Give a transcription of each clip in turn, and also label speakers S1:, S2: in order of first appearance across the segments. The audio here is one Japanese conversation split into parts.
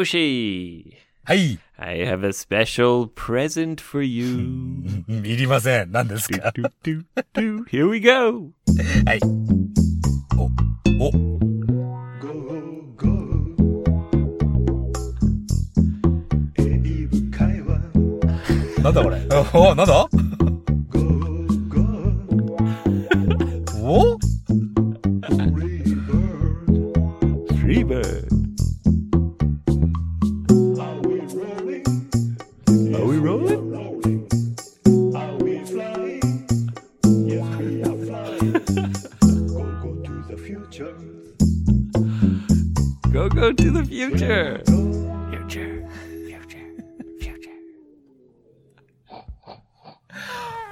S1: Yoshi,
S2: はい。
S1: I have a special present for
S2: う
S1: you.
S2: んいりません。何です
S1: Do,
S2: か
S1: do, do, do. Here we go.
S2: はい。お、お、
S3: Go, go. 英語会話
S2: なんだこれ。 お、なんだ
S3: Go, go.
S2: お
S3: Rebirth.
S1: Three birds.
S3: Are we rolling?
S1: Are we rolling?
S3: Rolling. Are we flying? Yes, we are flying. Go, go to the future.
S1: Go, go to the future.
S3: Go.
S1: Future, future, future.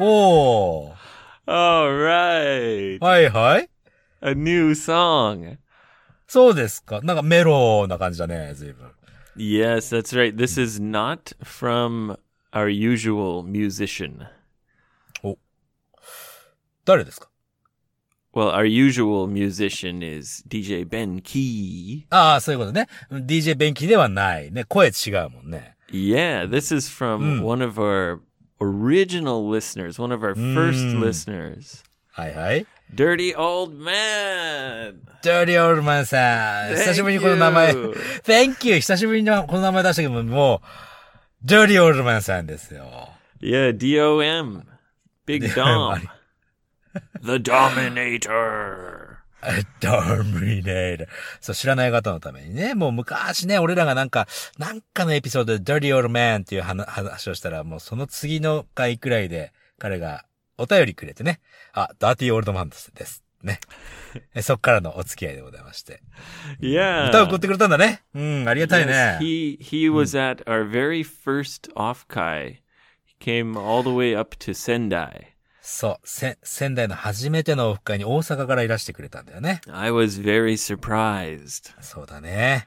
S2: おー。
S1: All right.
S2: はいはい。
S1: A new song.
S2: そうですか。なんかメロな感じだね、随分。
S1: Yes, that's right. This is not from our usual musician.
S2: 誰ですか
S1: Well, our usual musician is DJ Ben Key.
S2: ああ、そういうことね。DJ 便器ではない。ね、声違うもんね。
S1: Yeah, this is from
S2: Mm.
S1: one of our original listeners, one of our first
S2: Mm.
S1: listeners.
S2: はいはい。
S1: Dirty Old Man.
S2: ジョリー・オールマンさん。久しぶりにこの名前。
S1: Thank you.
S2: Thank you! 久しぶりにこの名前出したけど、もう、ジョリー・オールマンさんですよ。
S1: Yeah, DOM. Big
S2: DOM.
S1: Dom. the Dominator.
S2: ドームリネイル。そう、知らない方のためにね、もう昔ね、俺らがなんか、なんかのエピソードで Dirty Old Man っていう話話をしたら、もうその次の回くらいで、彼がお便りくれてね、あ、Dirty Old Man です。ね。えそっからのお付き合いでございまして。
S1: Yeah.
S2: 歌を送ってくれたんだね。うん、ありがたい
S1: Yes,
S2: ね。
S1: he he was at our very first Offkai. He came all the way up to Sendai.
S2: そう、せ、仙台の初めてのオフ会に大阪からいらしてくれたんだよね。
S1: I was very surprised
S2: そうだね。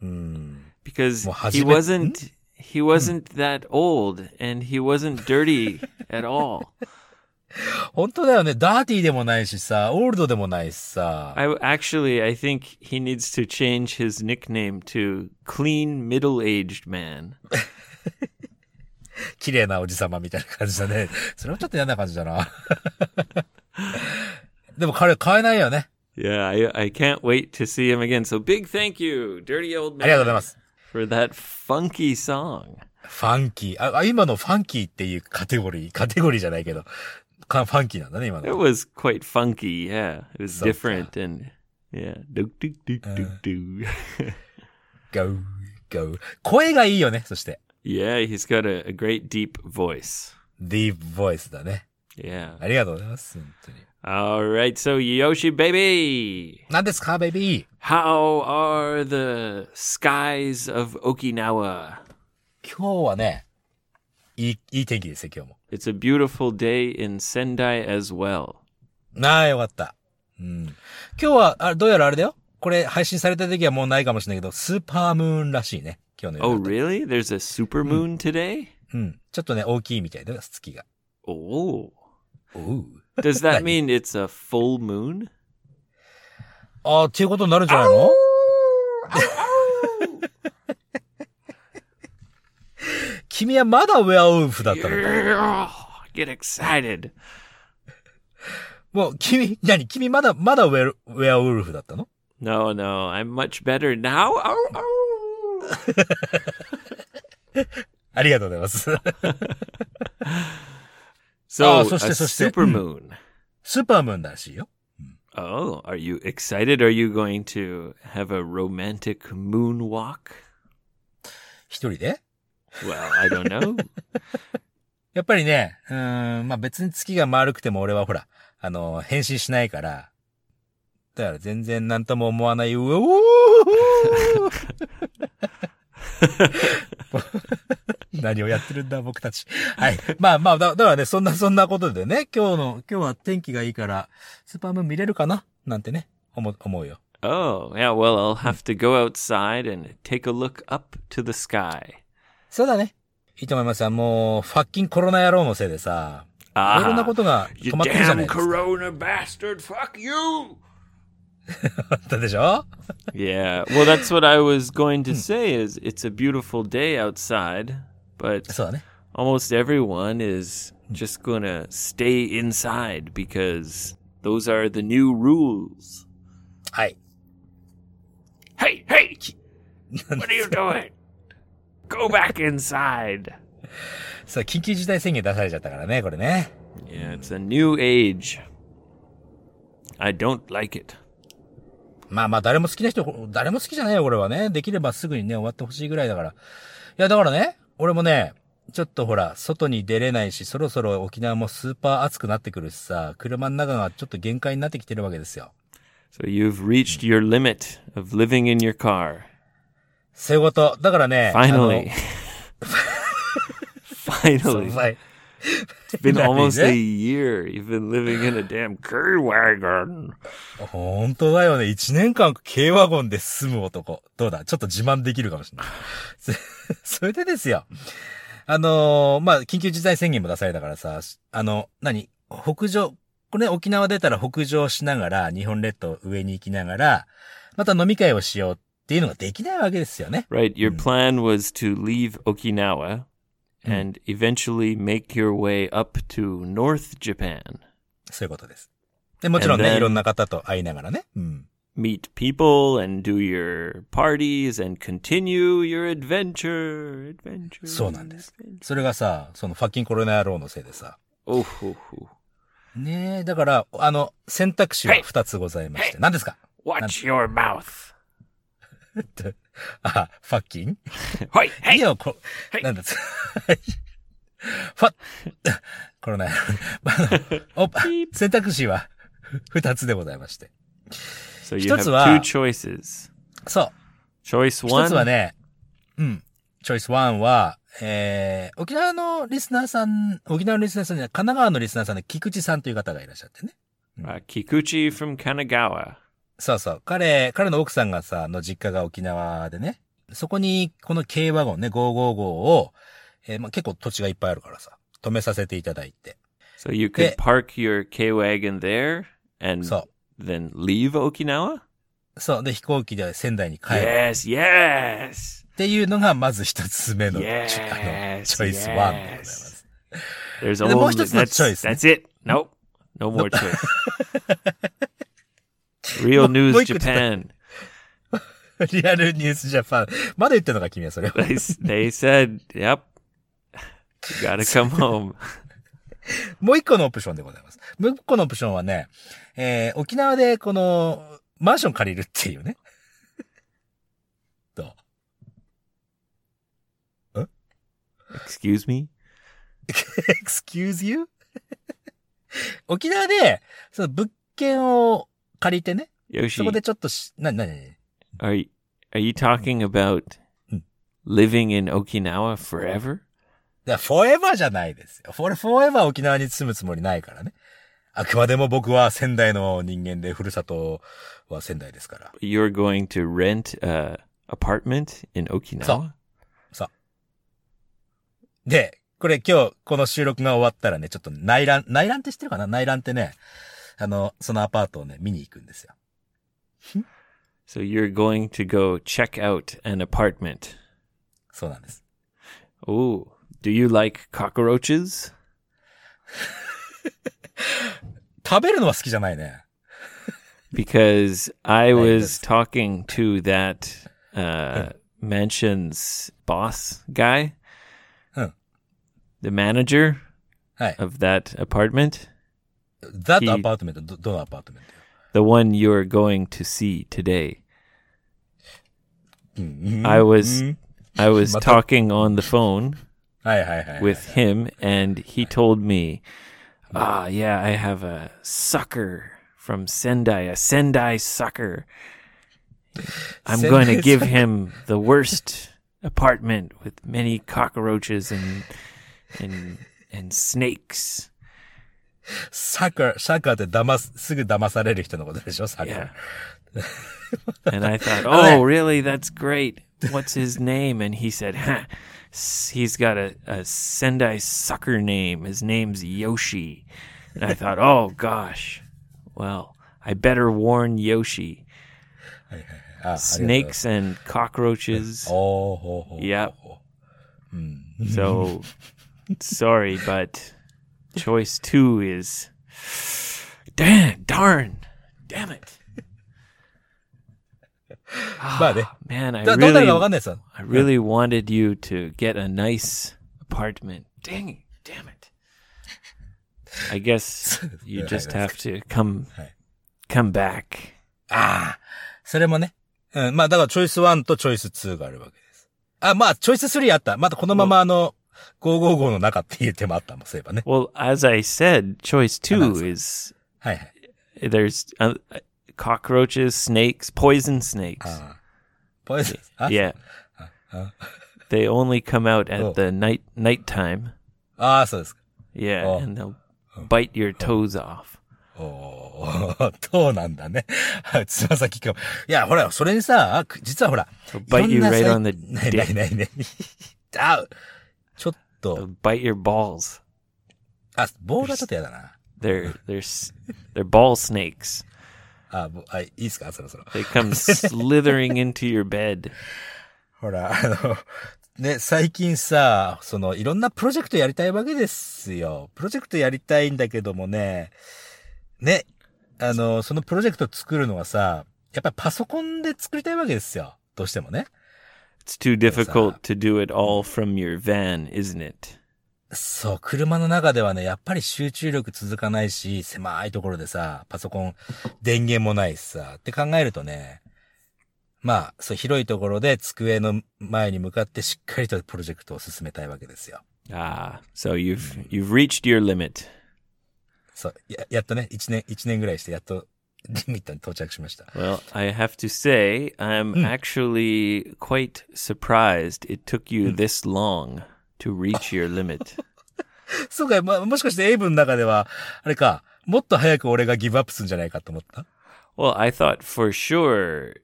S2: うん。
S1: because
S2: Well, has
S1: he
S2: he been- Hmm.
S1: wasn't he wasn't that old and he wasn't dirty at all.
S2: 本当だよね。ダーティーでもないしさ、オールドでもないしさ。
S1: I actually I think he needs to change his nickname to clean middle-aged man.
S2: 綺麗なおじさまみたいな感じだね。 それもちょっと嫌な感じだな。 でも彼は変えないよね。
S1: Yeah, I I can't wait to see him again. So big thank you, dirty old
S2: ありがとうござい
S1: man
S2: ます。
S1: for that funky song.
S2: ファンキー。あ、あ今のファンキーっていうカテゴリー、カテゴリーじゃないけど、かファンキーなんだね、今
S1: It
S2: の。
S1: was quite funky, yeah. It was
S2: So Uh.
S1: different and yeah. Do, do, do, do, do.
S2: go, go. 声がいいよね、そして。
S1: yeah, he's got a, a great deep voice.
S2: deep voice だね。
S1: Yeah.
S2: ありがとうございます、本当に。
S1: All right, so Yoshi baby.
S2: 何ですか、ベイビー
S1: How are the skies of Okinawa?
S2: 今日はね、いい、いい天気ですよ、今日も。
S1: It's a beautiful day in Sendai as well.
S2: なあ、よかった。うん。今日は、あどうやらあれだよ。これ配信された時はもうないかもしれないけど、スーパームーンらしいね。今日の
S1: Oh
S2: 夜。
S1: really? There's a super moon today?
S2: うん。ちょっとね、大きいみたいだよ、月が。
S1: Oh.
S2: おう。
S1: Does that mean it's a full moon?
S2: ああ、っていうことになるんじゃないの 君はまだウェアウルフだったのか。
S1: Get excited.
S2: もう、君、何君まだ、まだウェルウェアウルフだったの
S1: No, no, I'm much better now. Oh, Ow, ow.
S2: ありがとうございます。
S1: So,
S2: Ah, そして、
S1: a
S2: そして。
S1: supermoon.
S2: スーパームーンらしいよ。
S1: Oh, are you excited? Are you going to have a romantic moonwalk?
S2: 一人で
S1: Well, I don't know.
S2: やっぱりね、うーん、まあ、別に月が丸くても俺はほら、あの、返信しないから、だから全然何とも思 わない、うおー何をやってるんだ、僕たち。はい。まあまあ、だだからね、そんな、そんなことでね、今日の、今日は天気がいいから、スーパームーン見れるかななんてね、思う、思うよ。
S1: oh, yeah, well, I'll have to go outside and take a look up to the sky.
S2: そうだね。いいと思いますよ。もう、ファッキンコロナ野郎のせいでさ、いろんな
S1: Ah,
S2: ことが
S1: you
S2: 止まってるじゃない
S1: damn
S2: ですか。
S1: corona bastard, fuck you!
S2: あったでしょ
S1: Yeah. Well, that's what I was going to say is it's a beautiful day outside, but
S2: そうだね。
S1: almost everyone is just going to stay inside because those are the new rules.
S2: はい。
S1: Hey, hey. What are you doing? Go back inside.
S2: そう、緊急事態宣言出されちゃったからね、これね。
S1: Yeah, it's a new age. I don't like it.
S2: まあまあ、誰も好きな人、誰も好きじゃないよ、これはね。できればすぐにね、終わってほしいぐらいだから。いや、だからね、俺もね、ちょっとほら、外に出れないし、そろそろ沖縄もスーパー暑くなってくるしさ、車の中がちょっと限界になってきてるわけですよ。
S1: So you've reached your limit of living in your car.
S2: そういうこと。だからね、
S1: Finally.
S2: あの
S1: Finally.
S2: はい
S1: It's been
S2: 何
S1: almost
S2: ね
S1: a year. You've been living in a damn K wagon.
S2: 本当だよね。1年間軽ワゴンで住む男。どうだちょっと自慢できるかもしれない。 そそれでですよ。あのーまあ、緊急事態宣言も出されたからさ、あの、何北上、これ沖縄出たら北上しながら、日本列島上に行きながら、また飲み会をしようっていうのができないわけですよね。
S1: Right, your plan was to leave Okinawa and eventually make your way up to North Japan,
S2: そういうことです。で、もちろんね、
S1: And then-
S2: いろんな方と会いながらね。うん。
S1: meet people and do your parties and continue your adventure. Adventure.
S2: そうなんです
S1: adventure.。
S2: それがさ、そのファッキンコロナ野郎のせいでさ、
S1: Oh, ho, ho.
S2: ねえ、だから、あの、選択肢は二つございまして。何ですか
S1: watch your mouth.
S2: あ、ファッキン
S1: Hoi,
S2: いい
S1: hey,
S2: よ、こ、なんだつ、 フ ァ、コロ ナ、あの、お、選択肢は二つでございまして。
S1: So you have
S2: 一つは-
S1: two choices.
S2: そ
S1: Choice
S2: う。一
S1: one.
S2: つはね、うん、チョイス1は、えー、沖縄のリスナーさん、沖縄のリスナーさんじゃない神奈川のリスナーさんで菊池さんという方がいらっしゃってね。
S1: uh, Kikuchi from Kanagawa.
S2: そうそう。彼、彼の奥さんがさ、の実家が沖縄でね。そこに、この軽ワゴンね、555を、えーまあ、結構土地がいっぱいあるからさ、止めさせていただいて。
S1: So you could
S2: Eh.
S1: park your K wagon there and
S2: そ
S1: then leave Okinawa.
S2: う。そう。で、飛行機で仙台に帰る。
S1: Yes, yes.
S2: っていうのが、まず一つ目の、ちょあ
S1: Yes,
S2: の、チョイスワンでございます。
S1: There's
S2: And then
S1: only
S2: most of the
S1: that's,
S2: choice,
S1: that's it. Nope, no more choice. Real news
S2: Boycott.
S1: Japan.
S2: リアルニュースジャパン。まだ言ってんのか、君はそれ は。
S1: They s- they said, yep, you gotta come home.
S2: もう一個のオプションでございます。もう一個のオプションはね、えー、沖縄でこの、マンション借りるっていうね。どう
S1: Excuse me.
S2: excuse you? 沖縄で、その物件を借りてね、そ
S1: Yoshi,
S2: こでちょっとし、な、な、な、な
S1: are you, are you talking about
S2: Mm.
S1: living in Okinawa forever?
S2: だフォーエバーじゃないですよ。フォーフォーエバー沖縄に住むつもりないからね。あくまでも僕は仙台の人間で、ふるさとは仙台ですから。
S1: You're going to rent a apartment in Okinawa.
S2: で、これ今日、この収録が終わったらね、ちょっと内覧、内覧って知ってるかな内覧ってね、あの、そのアパートをね、見に行くんですよ。
S1: So you're going to go check out an apartment.
S2: そうなんです。
S1: Ooh, do you like cockroaches?
S2: 食べるのは好きじゃないね。
S1: Because I was
S2: that's-
S1: talking to that uh, mansion's boss guy,
S2: Huh.
S1: the manager
S2: はい。
S1: of that apartment,
S2: that
S1: he-
S2: apartment, ど、どのアパートメント
S1: the one you're going to see today.
S2: うん、
S1: I was I was
S2: Mata-
S1: talking on the phone
S2: はいはいはい。
S1: with him, and he told me, "Ah, yeah, I have a sucker from Sendai, a Sendai sucker. I'm going to
S2: Sendai
S1: give
S2: sucker.
S1: him the worst apartment with many cockroaches and and and snakes."
S2: サッカー、サッカーって騙す、すぐ騙される人のことでしょサッカー。
S1: Yeah. and I thought, "Oh, really? That's great. What's his name?" And he said, "Huh, s- he's got a, a Sendai sucker name. His name's Yoshi." And I thought, "Oh gosh, well, I better warn Yoshi.
S2: あ
S1: Snakes and cockroaches.
S2: おおほうほう。
S1: Yep.
S2: うん。
S1: So sorry, but choice two is damn, darn, damn it.
S2: まあね。
S1: Ah, Man, I
S2: だどうなるかわか
S1: really,
S2: んないですよ。
S1: I really wanted you to get a nice apartment. Dang it, damn it. I guess you
S2: Yeah,
S1: just
S2: that's
S1: have to come,
S2: Hi.
S1: come back.
S2: ああ。それもね。うん。まあだからチョイス1とチョイス2があるわけです。あ、まあチョイス3あった。またこのままあの、555の中っていう手もあったもん、そういえばね。
S1: Well, as I said, choice two
S2: Another.
S1: is
S2: はいはい。
S1: there's uh, cockroaches, snakes, poison snakes.
S2: ああ。ポイズン。あ
S1: yeah. They only come out at
S2: Oh.
S1: the night nighttime.
S2: ああ、そうですか。
S1: Yeah,
S2: Oh.
S1: and they'll bite your toes off.
S2: おー、 そうなんだね。つま先かも。いや、ほら、それにさ、あく実はほら。
S1: bite you
S2: いろんな
S1: right
S2: さ
S1: on the
S2: ないないないない。 あう。ちょっ
S1: They'll
S2: と、
S1: bite your balls.
S2: あ、ボールはちょっとやだな。
S1: They're they're s- they're ball snakes.
S2: あ、ぼあいいっすかそろそろ。
S1: They come slithering into your bed.
S2: ほら、あの、ね、最近さ、その、いろんなプロジェクトやりたいわけですよ。プロジェクトやりたいんだけどもね、ね、あの、そのプロジェクト作るのはさ、やっぱりパソコンで作りたいわけですよ。どうしてもね。
S1: It's too difficult to do it all from your van, isn't it?
S2: そう、車の中ではね、やっぱり集中力続かないし、狭いところでさ、パソコン、電源もないしさ、って考えるとね、まあ、そう、広いところで机の前に向かってしっかりとプロジェクトを進めたいわけですよ。
S1: Ah, so you've you've reached your limit.
S2: そう、や、やっとね、一年、一年ぐらいして、やっと、リミットに到着しました。
S1: Well, I have to say, I'm actually quite surprised it took you this long to reach your limit.
S2: そうか、まあ、もしかしてエイブの中では、あれか、もっと早く俺がギブアップするんじゃないかと思った。
S1: Well, I thought for sure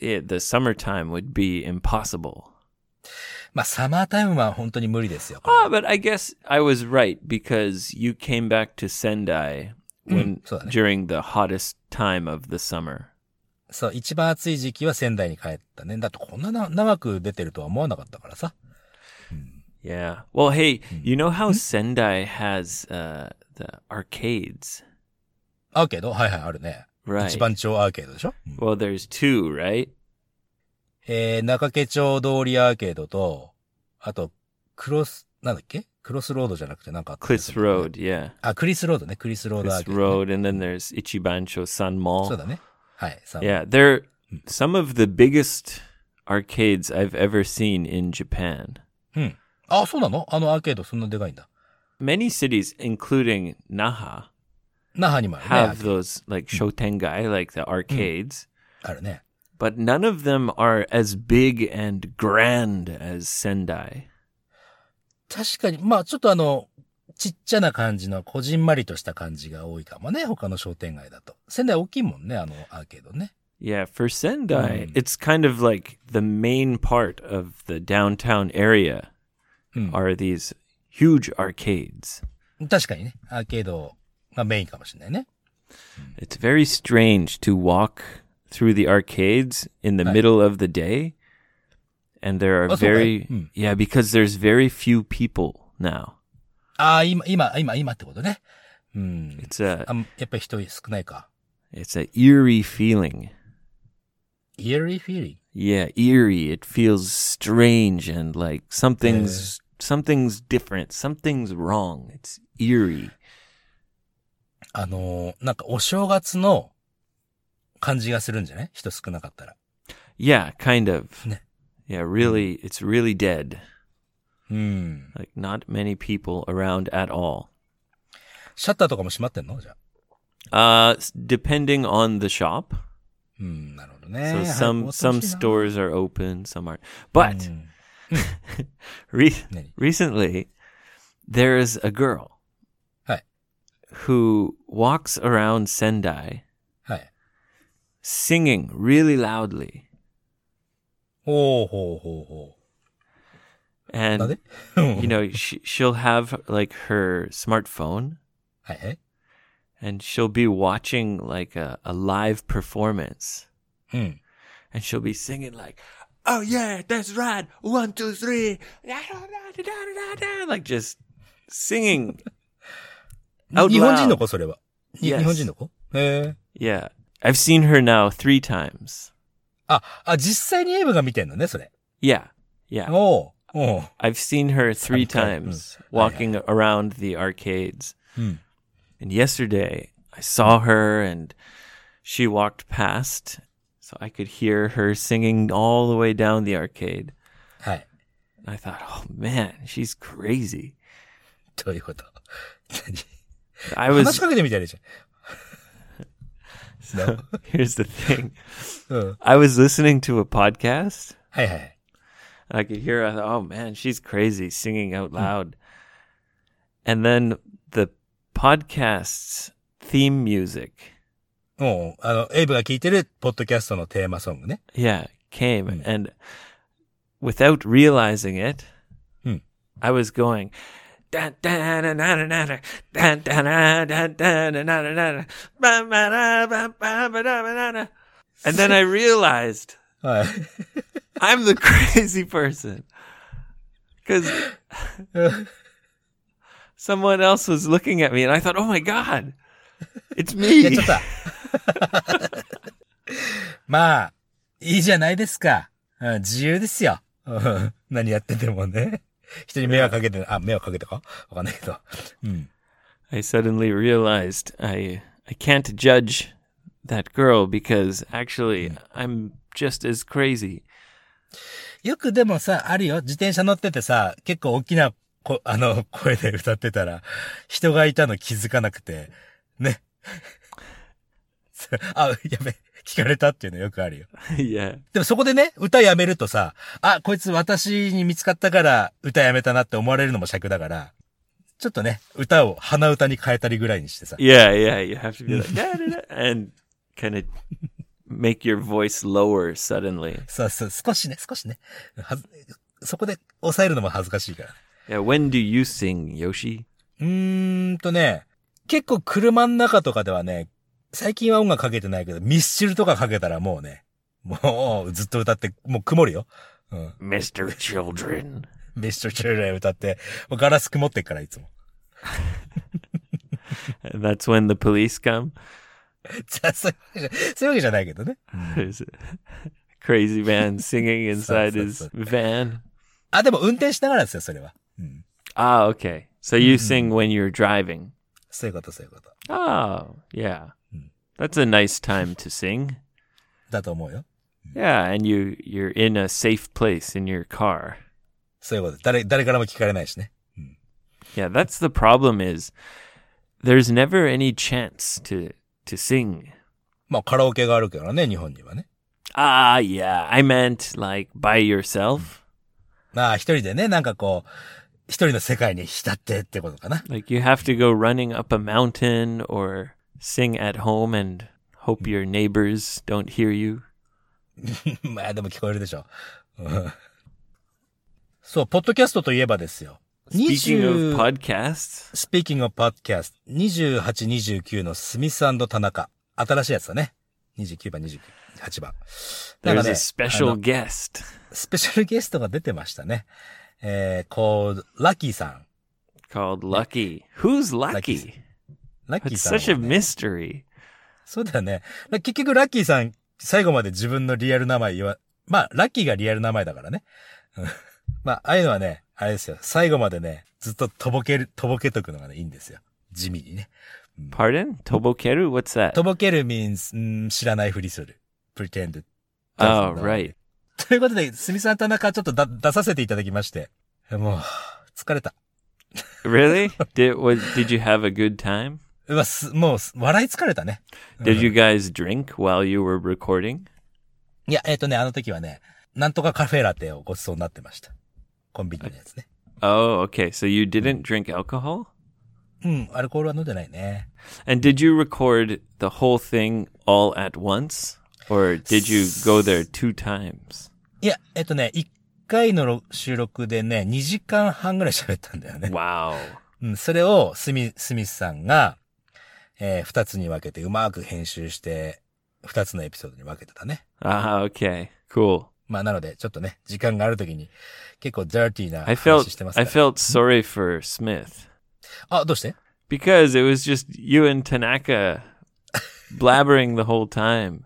S1: it, the summertime would be impossible.
S2: まあ、サマータイムは本当に無理ですよ。
S1: Ah, but I guess I was right because you came back to Sendai when
S2: Mm-hmm. so that-
S1: during the hottest time of the summer.
S2: そう、一番暑い時期は仙台に帰ったね。だってこんなな長く出てるとは思わなかったからさ。
S1: Yeah. Well, hey,
S2: Mm-hmm.
S1: you know how Sendai has uh, the arcades,
S2: アーケードはいはい、あるね。
S1: right?
S2: 一番町アーケードでしょ、うん
S1: Well, there's two, right?
S2: えー、中家町通りアーケードと、あと、クロス、なんだっけクロスロードじゃなくてなんかあったね
S1: Cliffs Road, yeah.
S2: あ、クリスロードね。クリスロードアー
S1: Cliffs
S2: ケードね、
S1: Road, and then there's Ichibancho San
S2: そう
S1: Mall.
S2: だね。はい、さ
S1: Yeah, they're
S2: Mm-hmm.
S1: some of the biggest arcades I've ever seen in Japan.
S2: うん。あ、そうなのあのアーケードそんなでかいんだ。
S1: Many cities, including Naha,
S2: 那覇にもあるね。アー
S1: have
S2: ケード
S1: those like shotengai, like the arcades,
S2: あるね。
S1: but none of them are as big and grand as Sendai.
S2: 確かに、まあちょっとあの、ちっちゃな感じの、こじんまりとした感じが多いかもね。他の商店街だと。仙台大きいもんね、あのアーケードね。
S1: Yeah, for Sendai, it's kind of like the main part of the downtown area
S2: Hmm.
S1: are these huge arcades.
S2: 確かにね、アーケードがメインかもしれないね。
S1: It's very strange to walk through the arcades in the
S2: Right.
S1: middle of the day. And there are
S2: That's okay.
S1: very,
S2: Hmm.
S1: yeah, because there's very few people now.
S2: ああ、今、今、今、今ってことね。うん。
S1: It's a,
S2: あやっぱり人少ないか。
S1: it's a eerie feeling.
S2: eerie feeling.
S1: Yeah, eerie. It feels strange and like something's something's different. Something's wrong. It's eerie.
S2: あのーなんかお正月の感じがするんじゃない人少なかったら。
S1: Yeah, kind of.
S2: Ne-
S1: Yeah, really it's really dead.
S2: うん。
S1: Like not many people around at all.
S2: シャッターとかも閉まってんのじゃあ。
S1: Uh s- depending on the shop.
S2: うん、なるほど
S1: So
S2: ね。
S1: some
S2: 早く終わ
S1: some
S2: ってほしいな
S1: stores are open, some aren't. But
S2: うん
S1: re-
S2: Nani?
S1: recently there is a girl
S2: はい。
S1: who walks around Sendai
S2: はい。
S1: singing really loudly.
S2: ほうほうほうほ
S1: and
S2: う。なんで
S1: you know she, she'll have like her smartphone
S2: はい。
S1: and she'll be watching like a, a live performance
S2: うん。
S1: and she'll be singing like, "Oh yeah, that's right, one, two, three, da, da, da, da, da, da, da," like just singing out
S2: 日本人の
S1: loud.
S2: 子、それは。に
S1: Yes.
S2: 日本人の子へえ。
S1: Yeah, I've seen her now three times.
S2: あ、あ、実際にエイブが見てんのね、それ。
S1: Yeah, yeah,
S2: おうおう
S1: I've seen her three
S2: Some kind-
S1: times
S2: mm.
S1: walking around the arcades.
S2: うん。
S1: And yesterday, I saw her and she walked past, so I could hear her singing all the way down the arcade.
S2: はい。
S1: And I thought, oh man, she's crazy.
S2: どういうこと
S1: I
S2: 話
S1: was
S2: しかけてみたらいいじゃん。
S1: here's the thing.
S2: うん。
S1: I was listening to a podcast.
S2: はいはい。
S1: And I could hear, I thought, oh man, she's crazy singing out loud. And then the podcast's theme music,
S2: もう、あの、エイブが聞いてるポッドキャストのテーマソングね。
S1: yeah, came.
S2: Mm.
S1: And without realizing it,
S2: Mm.
S1: I was going, "Da, da, da, da, da, da, da, da, da, da, da, da, da, da, da, da, da, ba, ba, da, ba, ba, ba, da, ba, da, da." and then I realized
S2: はい。
S1: I'm the crazy person. Because someone else was looking at me and I thought, oh my God, it's
S2: やっ
S1: me.
S2: ちゃった。まあ、いいじゃないですか。うん自由ですよ。うん何やっててもね。人に迷惑かけて、あ、迷惑かけたかわかんないけど。うん。
S1: I suddenly realized I, I can't judge that girl because actually I'm just as crazy.
S2: よくでもさ、あるよ。自転車乗っててさ、結構大きな、こあの、声で歌ってたら、人がいたの気づかなくて、ね。 あ、やべ、聞かれたっていうのよくあるよ。
S1: yeah.
S2: でもそこでね、歌やめるとさ、あ、こいつ私に見つかったから歌やめたなって思われるのも尺だから、ちょっとね、歌を鼻歌に変えたりぐらいにしてさ。
S1: Yeah. Yeah. You have to be like, da, da, da, and kind of make your voice lower suddenly.
S2: そうそう、少しね、少しね。はずそこで抑えるのも恥ずかしいから。
S1: Yeah. When do you sing, Yoshi?
S2: うーんとね、結構車の中とかではね、最近は音楽かけてないけど、ミッシュルとかかけたらもうね、もうずっと歌って、もう曇るよ。うん。
S1: Mr. Children.
S2: ミッシュルチューレ歌って、もうガラス曇ってっからいつも。
S1: And that's when the police come.
S2: じゃあそういうわけじゃそういうわけじゃないけどね。
S1: There's a crazy man singing inside his van.
S2: あ、でも運転しながらですよ、それは。うん。
S1: Ah, okay. So you sing when you're driving.
S2: そういうこと、そういうこと。
S1: Oh, yeah. That's a nice time to sing.
S2: だと思うよ。
S1: Yeah, and you you're in a safe place in your car.
S2: そういうこと。誰、誰からも聞かれないしね。
S1: Yeah, that's the problem is there's never any chance to to sing.
S2: まあ、カラオケがあるからね、日本にはね。
S1: Ah, yeah. I meant like by yourself.
S2: まあ、一人でね、なんかこう、一人の世界に浸ってってことかな。
S1: Like you have to go running up a mountain or sing at home and hope your neighbors don't hear you.
S2: まあ、でも聞こえるでしょ。 うんそう、ポッドキャストといえばですよ。
S1: Speaking of
S2: 20
S1: podcasts,
S2: Speaking of podcast。28、29のスミス田中。新しいやつだね。29番、28番。なんか
S1: there's
S2: ね
S1: a special guest.
S2: スペシャルゲストが出てましたね。えー、こう、ラッキーさん。
S1: called Lucky. Who's Lucky?
S2: Lucky's- ラッキー
S1: It's
S2: さんは
S1: such a mystery.
S2: そうだよね。な結局ラッキーさん、最後まで自分のリアル名前言わ、まあ、ラッキーがリアル名前だからね。うん まあ、ああいうのはね、あれですよ。最後までね、ずっととぼける、とぼけとくのがね、いいんですよ。地味にね。
S1: Pardon? Tobokeru? What's that?
S2: とぼける means, うん知らないふりする。pretend.
S1: oh,
S2: doesn't know.
S1: right.
S2: ということで、すみさん田中ちょっとだ出させていただきまして。もう、疲れた。
S1: Really? did was, did you have a good time?
S2: うわ、す、もうす、笑い疲れたね。
S1: Did you guys drink while you were recording?
S2: いや、えっ、とね、あの時はね、なんとかカフェラテをご馳走になってました。コンビニのやつね。
S1: Oh, okay. So you didn't drink alcohol?
S2: うん、アルコールは飲んでないね。
S1: And did you record the whole thing all at once? Or did you go there two times?
S2: いや、えっ、とね、1回のろ収録でね、2時間半ぐらい喋ったんだよね。
S1: Wow.
S2: うん、それを、スミ、スミスさんが、えー二つに分けてうまく編集して、二つのエピソードに分けてたね。
S1: Ah, okay. Cool.
S2: まあ、なので、ちょっとね、時間があるときに、結構ダーティーな
S1: I
S2: 話し
S1: felt
S2: てますか
S1: I
S2: ら。
S1: felt sorry for Smith
S2: あ、どうして
S1: because it was just you and Tanaka blabbering the whole time.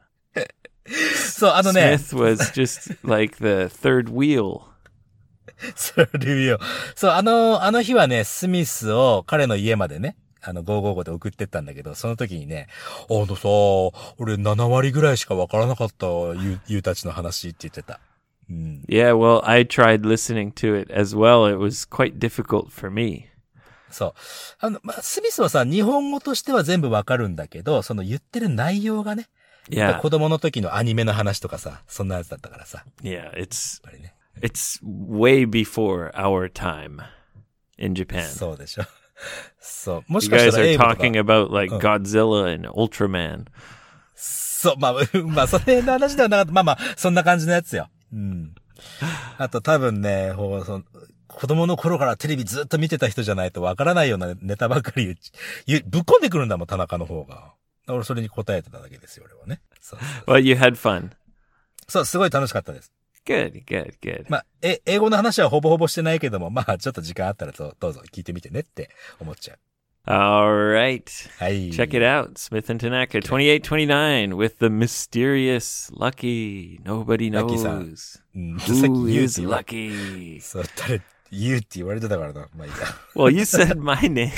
S2: そう、あのね、
S1: Smith was just like the third wheel.
S2: そう、レビューをそう、あの、あの日はね、スミスを彼の家までね、あの、555で送ってったんだけど、その時にね、あのさ、俺7割ぐらいしかわからなかった、ゆう、ゆうたちの話って言ってた。うん。
S1: Yeah, well, I tried listening to it as well. It was quite difficult for me.
S2: そう。あの、まあ、スミスはさ、日本語としては全部わかるんだけど、その言ってる内容がね、
S1: Yeah.
S2: 子供の時のアニメの話とかさ、そんなやつだったからさ、やっ
S1: Yeah, it's
S2: ぱりね。
S1: it's way before our time in Japan.
S2: そうでしょ。そう。もし
S1: you
S2: か
S1: guys
S2: したら
S1: are
S2: 英語とか
S1: talking about Oh. like Godzilla and Ultraman.
S2: そう、まあ、 うんまあ、それの話ではなかった。まあまあ、そんな感じのやつよ。うん。あと多分ね、ほうその子供の頃からテレビずっと見てた人じゃないとわからないようなネタばっかり言う言うぶっ込んでくるんだもん、田中の方が。俺それに答えてただけですよ、俺はね。そうそうそう
S1: Well, you had fun.
S2: そうすごい楽しかったです。
S1: Good, good, good.
S2: まあ、え、英語の話はほぼほぼしてないけども、まあ、ちょっと時間あったらどうどうぞ聞いてみてねって思っちゃう。
S1: All right.
S2: はい。
S1: Check it out. Smith and Tanaka, 2829 with the mysterious Lucky. Nobody
S2: Lucky-san.
S1: knows.
S2: うん、さっき
S1: Who
S2: 言う
S1: is
S2: って言われ
S1: Lucky?
S2: そう、誰、言うって言われてたからな。まあいいや。
S1: Well, you said my name.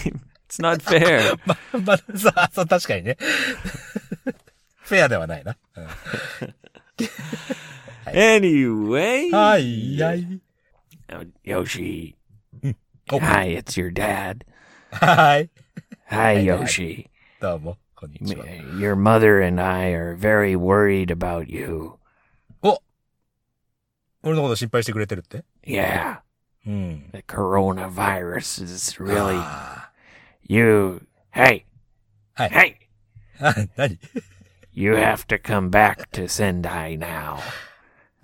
S1: It's not fair.
S2: ま、ま、さ、そう、確かにね。 フェアではないな。
S1: Anyway.
S2: はい、はい。
S1: Oh, Yoshi.
S2: Oh.
S1: Hi, it's your dad.
S2: はい。
S1: Hi,
S2: Hi, Dad.
S1: Yoshi.
S2: どうも、こんにちは。
S1: M- Your mother and I are very worried about you.
S2: お俺のこと心配してくれてるって
S1: Yeah,
S2: うん。
S1: the coronavirus is really.
S2: あ
S1: You. Hey!
S2: Ah. Hi.
S1: Hey!
S2: ー あ、何
S1: You have to come back to Sendai now.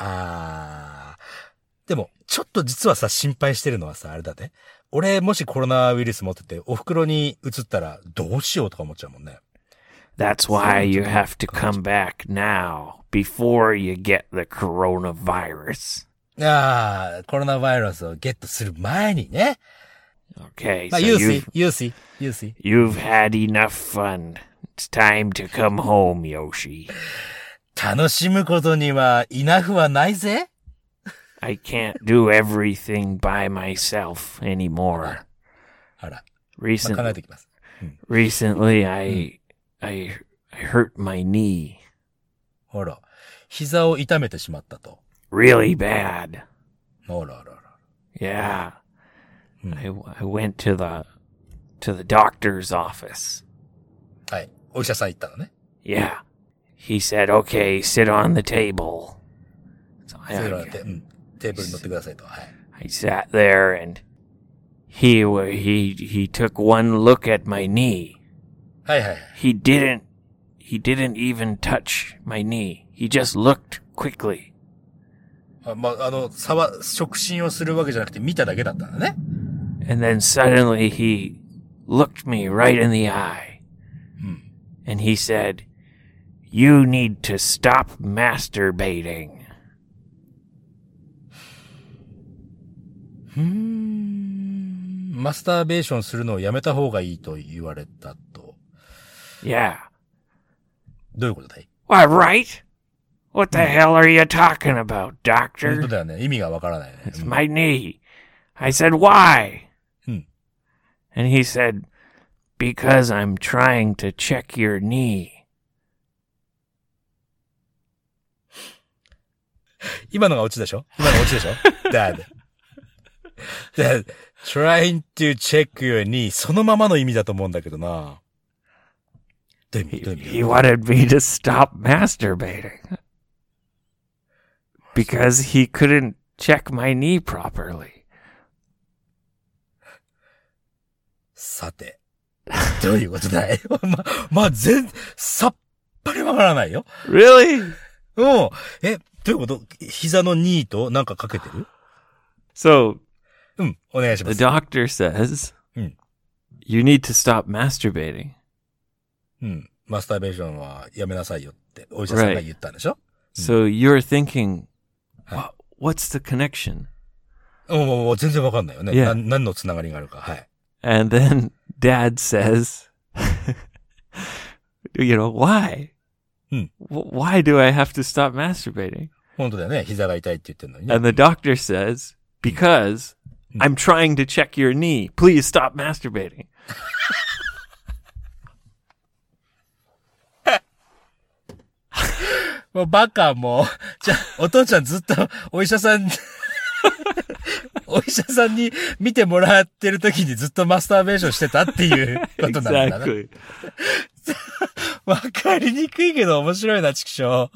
S2: あーでも、ちょっと実はさ、心配してるのはさ、あれだね。俺、もしコロナウイルス持ってて、お袋に移ったら、どうしようとか思っちゃうもんね。
S1: That's why you have to come back now before you get the coronavirus.
S2: ああ、コロナウイルスをゲットする前にね。
S1: Okay, so
S2: まあ、ユーシー
S1: you've,、
S2: ユーシー、ユーシー。
S1: you've had enough fun. It's time to come home, Yoshi.
S2: 楽しむことには、イナフはないぜ。
S1: I can't do everything by myself anymore.
S2: あら、まあ、考え
S1: Recently,
S2: ていきます。
S1: recently I, I, I hurt my knee
S2: ほら、膝を痛めてしまったと。
S1: really bad.
S2: ほらあらあら。
S1: Yeah, I, I went to the to the doctor's office.
S2: はい。お医者さん行ったのね。
S1: Yeah, he said, "Okay, sit on the table." So
S2: それはて
S1: I,
S2: うん、テーブルに乗ってくださいと。はい。
S1: I sat there, and he wa- he he took one look at my knee.
S2: はいはいはい。
S1: he didn't he didn't even touch my knee he just looked quickly
S2: あまあ、あの、触、触診をするわけじゃなくて見ただけだったんだね。
S1: and then suddenly he looked me right in the eye and he said you need to stop masturbating
S2: マスターベーションするのをやめた方がいいと言われたと。
S1: yeah
S2: どういうことだい
S1: why right what the hell are you talking about
S2: 本当
S1: doctor
S2: だよね。意味がわからないよね。
S1: it's my knee i said why
S2: Hmm.
S1: and he said because i'm trying to check your knee
S2: 今のがオチでしょ今のがオチでしょ ?dad. dad, trying to check your knee. そのままの意味だと思うんだけどな。どういう意味どういう意味
S1: He wanted me to stop masturbating because he couldn't check my knee properly.
S2: さて。どういうことだい ま、まあ、全、さっぱりわからないよ。
S1: Really?
S2: うん。え、どういうこと膝のニーとなんかかけてる
S1: So
S2: うん。お願いしま
S1: the
S2: す。
S1: doctor says
S2: Hmm.
S1: you need to stop masturbating.
S2: うん。マスターベーションはやめなさいよって、お医者さんが言ったんでしょ、
S1: So you're thinking,
S2: Hmm. Huh.
S1: "Wha- what's the connection?
S2: うん、もうもう全然わかんないよね。
S1: Yeah.
S2: な何のつながりがあるか。はい。
S1: And then dad says, you know, why?
S2: Hmm.
S1: Wh- Why do I have to stop masturbating?
S2: 本当だよね。膝が痛いって言ってるのにね。
S1: And the doctor says, because
S2: Hmm.
S1: I'm trying to check your knee. Please stop masturbating.
S2: もうバカもう。じゃあ、お父ちゃんずっとお医者さん、 お医者さんに見てもらってる時にずっとマスターベーションしてたっていうこと なんだね。
S1: exactly.
S2: わかりにくいけど面白いな、畜生。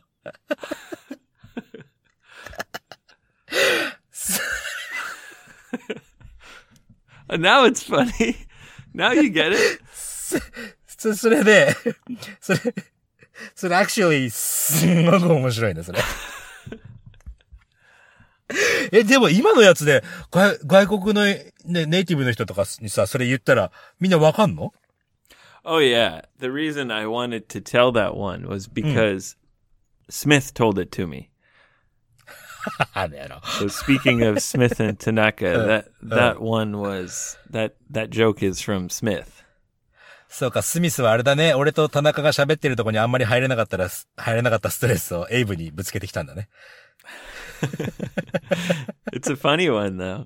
S1: And now it's funny. Now you get it.
S2: そ、それで、それ、それ、actually、すんごく面白いね、それ。え、でも今のやつで、外外国の、ね、ネイティブの人とかにさ、それ言ったら、みんなわかんの
S1: Oh yeah. The reason I wanted to tell that one was because Smith told it to me.
S2: あれやろ。
S1: So speaking of Smith and Tanaka,
S2: Uh,
S1: that that one was that that joke is from Smith.
S2: そうか、スミスはあれだね。俺と田中が喋ってるとこにあんまり入れなかったら、す入れなかったストレスをエイブにぶつけてきたんだね。
S1: It's a funny one though.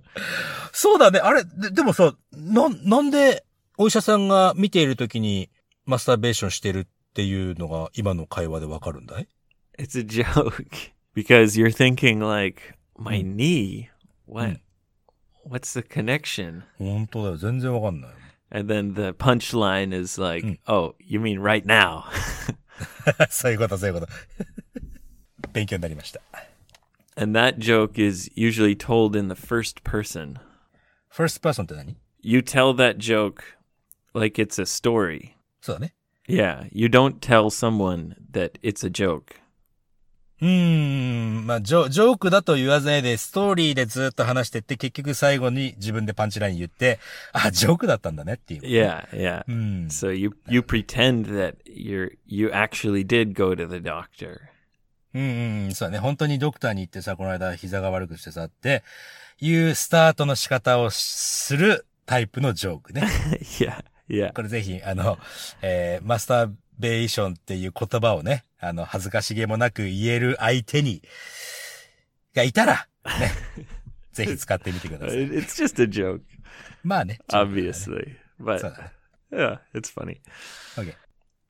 S2: そうだね。あれ、ででもさ、な、なんでお医者さんが見ている時にマスターベーションしてるっていうのが今の会話でわかるんだい
S1: It's a joke because you're thinking like my knee. What?
S2: Mm.
S1: What's the connection?
S2: 本当だよ。全然わかんない。
S1: And then the punchline is like,
S2: Mm.
S1: "Oh, you mean right now?"
S2: そういうこと、そういうこと。 勉強になりました。
S1: and that joke is usually told in the first person.
S2: first person って何
S1: You tell that joke like it's a story.
S2: そうだね。
S1: Yeah, you don't tell someone that it's a joke.
S2: うーん。まあ、ジョ、ジョークだと言わずないで、ストーリーでずっと話してって、結局最後に自分でパンチライン言って、あ、ジョークだったんだねっていう。
S1: Yeah, yeah.
S2: うん。
S1: So you you pretend that you're you actually did go to the doctor.
S2: うんうん、そうだね。本当にドクターに行ってさ、この間膝が悪くしてさって、いうスタートの仕方をするタイプのジョー クね。
S1: yeah, yeah.
S2: これぜひ、あの、えーマスターベーションっていう言葉をね、あの、恥ずかしげもなく言える相手に、がいたら、ね、 ぜひ使ってみてください。
S1: It- It's just a joke,
S2: まあね。
S1: obviously.
S2: そう
S1: But
S2: だね。
S1: yeah, it's funny.
S2: OK。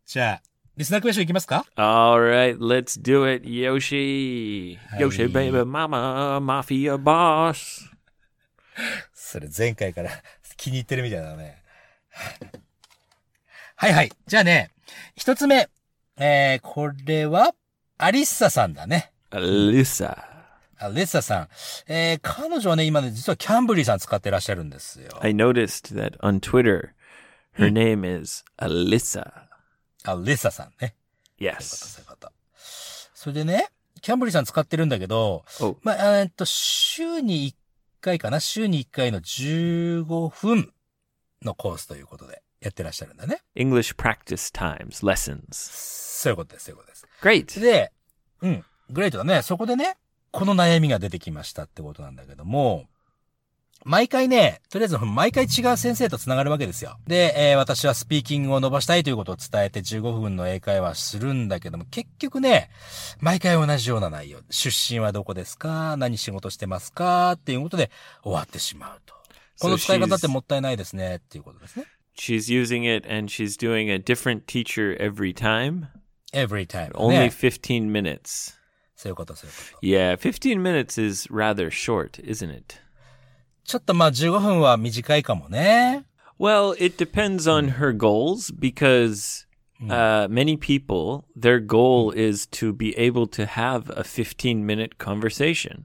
S2: じゃあ、リスナークエスチョンいきますか
S1: All right, let's do it, Yoshi. Yoshi,
S2: Hey.
S1: baby, mama, mafia boss.
S2: それ前回から 気に入ってるみたいだね。 はいはい。じゃあね、一つ目。えー、これは、アリッサさんだね。
S1: Alyssa.
S2: アリッサさん。えー、彼女はね、今ね、実はキャンブリーさん使ってらっしゃるんですよ。
S1: I noticed that on Twitter, her name is Alyssa.
S2: あ、リッサさんね。そ
S1: Yes.
S2: ういうこと。それでね、キャンブリーさん使ってるんだけど、
S1: Oh,
S2: まあ、えーっと、週に1回かな週に1回の15分のコースということでやってらっしゃるんだね。
S1: English practice times, lessons.
S2: そういうことです、そういうことです。
S1: Great.
S2: で、うん、グレートだね。そこでね、この悩みが出てきましたってことなんだけども、毎回ね、とりあえず毎回違う先生と繋がるわけですよ。で、えー私はスピーキングを伸ばしたいということを伝えて15分の英会話するんだけども、結局ね、毎回同じような内容。出身はどこですか何仕事してますかっていうことで終わってしまうと。この使い方ってもったいないですねっていうことですね。
S1: She's using it and she's doing a different teacher every time.
S2: every time、
S1: Only
S2: ね。
S1: 15 minutes.
S2: そういうこと、そういうこと。
S1: Yeah, 15 minutes is rather short, isn't it?
S2: ちょっとまあ15分は短いかもね。
S1: Well, it depends on her goals because uh, many people, their goal is to be able to have a 15 minute conversation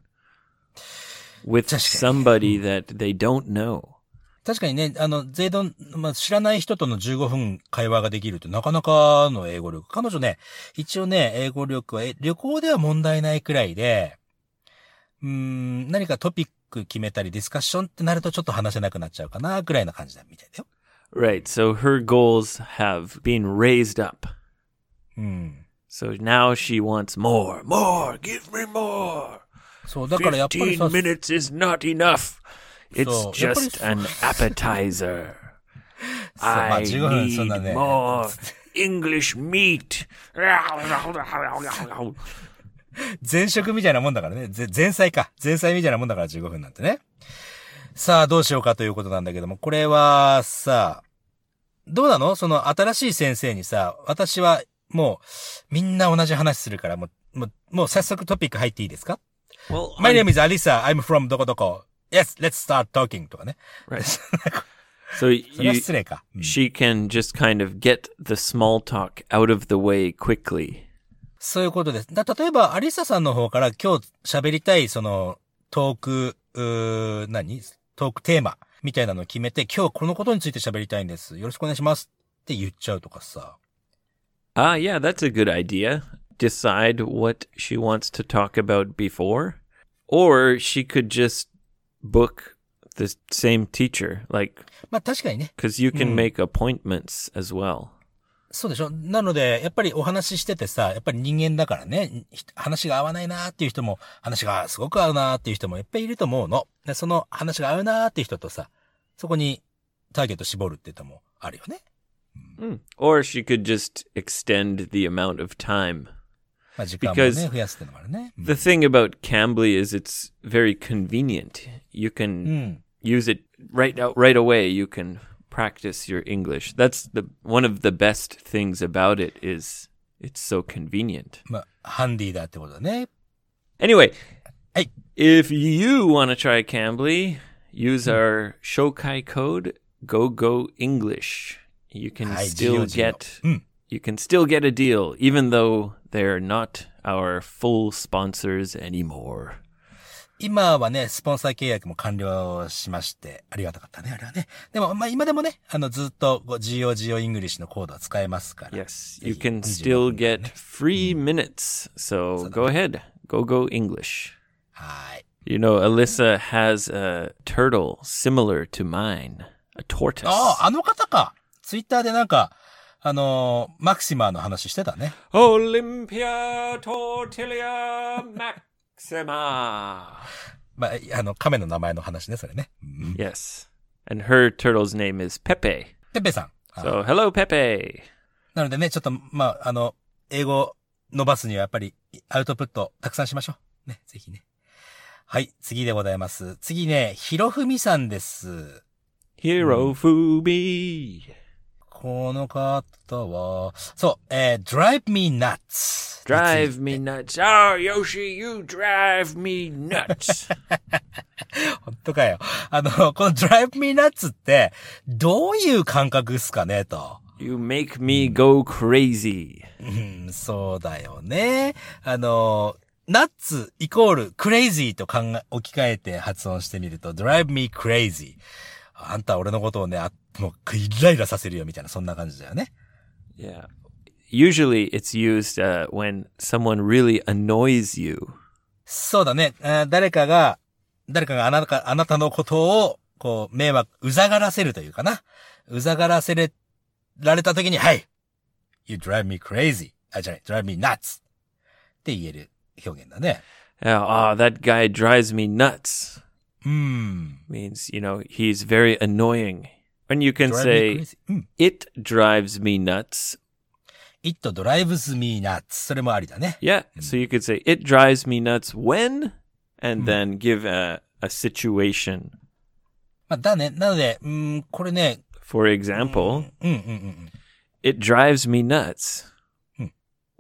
S1: with
S2: Just-
S1: somebody that they don't know.
S2: 確かにね、あの、ゼイドン、まあ、知らない人との15分会話ができるってなかなかの英語力。彼女ね、一応ね、英語力は、え旅行では問題ないくらいで、うーん、何かトピック決めたりディスカッションってなるとちょっと話せなくなっちゃうかな、くらいな感じだみたいだよ。
S1: Right. So her goals have been raised up.
S2: うん。
S1: So now she wants more, more, give me more.
S2: そう、だからやっぱりさ
S1: 15、minutes is not enough. It's
S2: そう、
S1: just
S2: やっぱりそう。
S1: an appetizer.
S2: そうまあ
S1: I
S2: 15分そんな
S1: need
S2: ね。
S1: more English meat.
S2: 前職みたいなもんだからね。ぜ前菜か。前菜みたいなもんだから15分なんてね。さあ、どうしようかということなんだけども、これは、さあ、どうなのその新しい先生にさ、私はもう、みんな同じ話するから、もう、もう、もう早速トピック入っていいですか
S1: Well,
S2: ?My name is Alisa, I'm from どこどこ。Yes, let's start talking とかね。
S1: right. So
S2: それは
S1: you,
S2: 失礼か。うん
S1: she can just kind of get the small talk out of the way quickly.
S2: そういうことです。だ例えば、アリサさんの方から今日喋りたい、その、トーク、うー何トークテーマみたいなのを決めて、今日このことについて喋りたいんです。よろしくお願いしますって言っちゃうとかさ。
S1: Ah, yeah, that's a good idea. Decide what she wants to talk about before. Or she could just book the same teacher, like,
S2: まあ確かにね、
S1: because you can
S2: Mm.
S1: make appointments as well.
S2: そうでしょなので、やっぱりお話ししててさ、やっぱり人間だからね、ひ話が合わないなーっていう人も、話がすごく合うなーっていう人もいっぱいいると思うの。でその話が合うなーっていう人とさ、そこにターゲット絞るっていうのもあるよね。
S1: Mm. Or she could just extend the amount of time.
S2: まあ時間もね、
S1: Because-
S2: 増やすっていうのもあるね。うん
S1: The thing about Cambly is it's very convenient. You
S2: う
S1: can
S2: ん。
S1: use it right out right away. You can practice your English. That's the one of the best things about it is it's so convenient.
S2: まあ、ハンディだってことだね。
S1: Anyway,
S2: Hey.
S1: if you want to try Cambly, use our Shokai code Go Go English. You can
S2: Hi,
S1: still
S2: Gio, Gio.
S1: get
S2: Mm.
S1: you can still get a deal, even though they're not our full sponsors anymore.
S2: 今はね、スポンサー契約も完了しまして、ありがたかったね、あれはね。でも、まあ今でもね、あの、ずっと、こう GOGO イングリッシュのコードは使えますから。
S1: Yes,
S2: Hey,
S1: you Hmm. can
S2: Gio,
S1: still
S2: Gio.
S1: get free minutes. So go ahead, Go Go English.
S2: はーい。
S1: You know, Alyssa has a turtle similar to mine, a tortoise.
S2: ああ、あの方かツイッターでなんか、あのーマクシマーの話してたね。
S1: Olympia Tortilla Maxima.
S2: まあ、あの、亀の名前の話ね、それね。うん、
S1: Yes. And her turtle's name is Pepe.
S2: ペペさん。はい
S1: So, hello, Pepe.
S2: なのでね、ちょっと、まあ、あの、英語を伸ばすにはやっぱりアウトプットたくさんしましょう。ね、ぜひね。はい、次でございます。次ね、ひろふみさんです。
S1: Hero Fubi.
S2: この方は、そう、えー、drive me nuts.
S1: Drive me nuts. Oh, Yoshi, you drive me nuts.
S2: 本当かよ。あの、この drive me nuts って、どういう感覚っすかね、と。
S1: you make me go crazy.
S2: うん、そうだよね。あの、ナッツイコールクレイジーと考え、置き換えて発音してみると、drive me crazy。あんたは俺のことをね、あもう、イライラさせるよみたいな、そんな感じだよね。
S1: Yeah. Usually it's used uh, when someone really annoys you.
S2: そうだね。あー誰かが、誰かがあなた、あなたのことを、こう、迷惑、うざがらせるというかな。うざがらせれ、られた時に、はい。you drive me crazy. あ、じゃない、drive me nuts. って言える表現だね。
S1: Ah, oh, that guy drives me nuts.
S2: うん。
S1: means you know he's very annoying and you can
S2: drive me
S1: say
S2: crazy. うん。
S1: it drives me nuts
S2: it drives me nuts. それもありだね。
S1: yeah so you could say it drives me nuts when
S2: Mm-hmm.
S1: and then give a, a situation
S2: まあ、だね。なので、うん、これね、
S1: for example
S2: うんうんうんうん。
S1: it drives me nuts
S2: Hmm.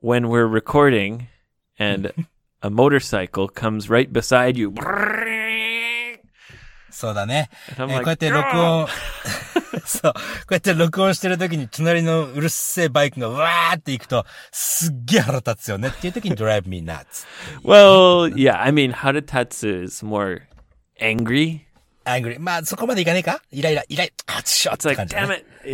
S1: when we're recording and a motorcycle comes right beside you and
S2: そうだね。
S1: i'm
S2: えーこうやっ
S1: like
S2: て録
S1: "Ah!"
S2: 音、 そう、こうやって録音してる時に隣のうるせえバイクがわーって行くと、すっげえ腹立つよねっていう時に drive me nuts.
S1: well yeah i mean harutatsu is more angry
S2: angry. まあ、そこまでいかねえかイライラ、イライラ、あちしょっ
S1: it's
S2: て
S1: like
S2: 感じだね、
S1: damn it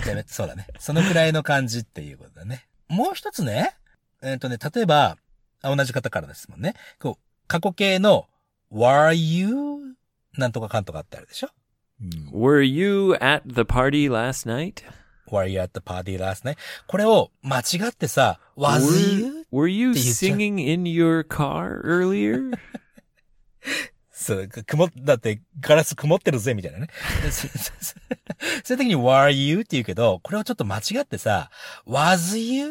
S1: yeah
S2: damn it. そうだね。そのくらいの感じっていうことだね。もう一つね、えっ、とね、例えば、あ同じ方からですもんね。こう、過去形の were you? なんとかかんとかってあるでしょ
S1: Were you at the party last night?
S2: Were you at the party last night? これを間違ってさ、was
S1: were,
S2: you?
S1: were you
S2: Did you-
S1: singing in your car earlier?
S2: そう、く曇っ、だってガラス曇ってるぜ、みたいなね。 でそそういう時に were you って言うけど、これをちょっと間違ってさ、was you っ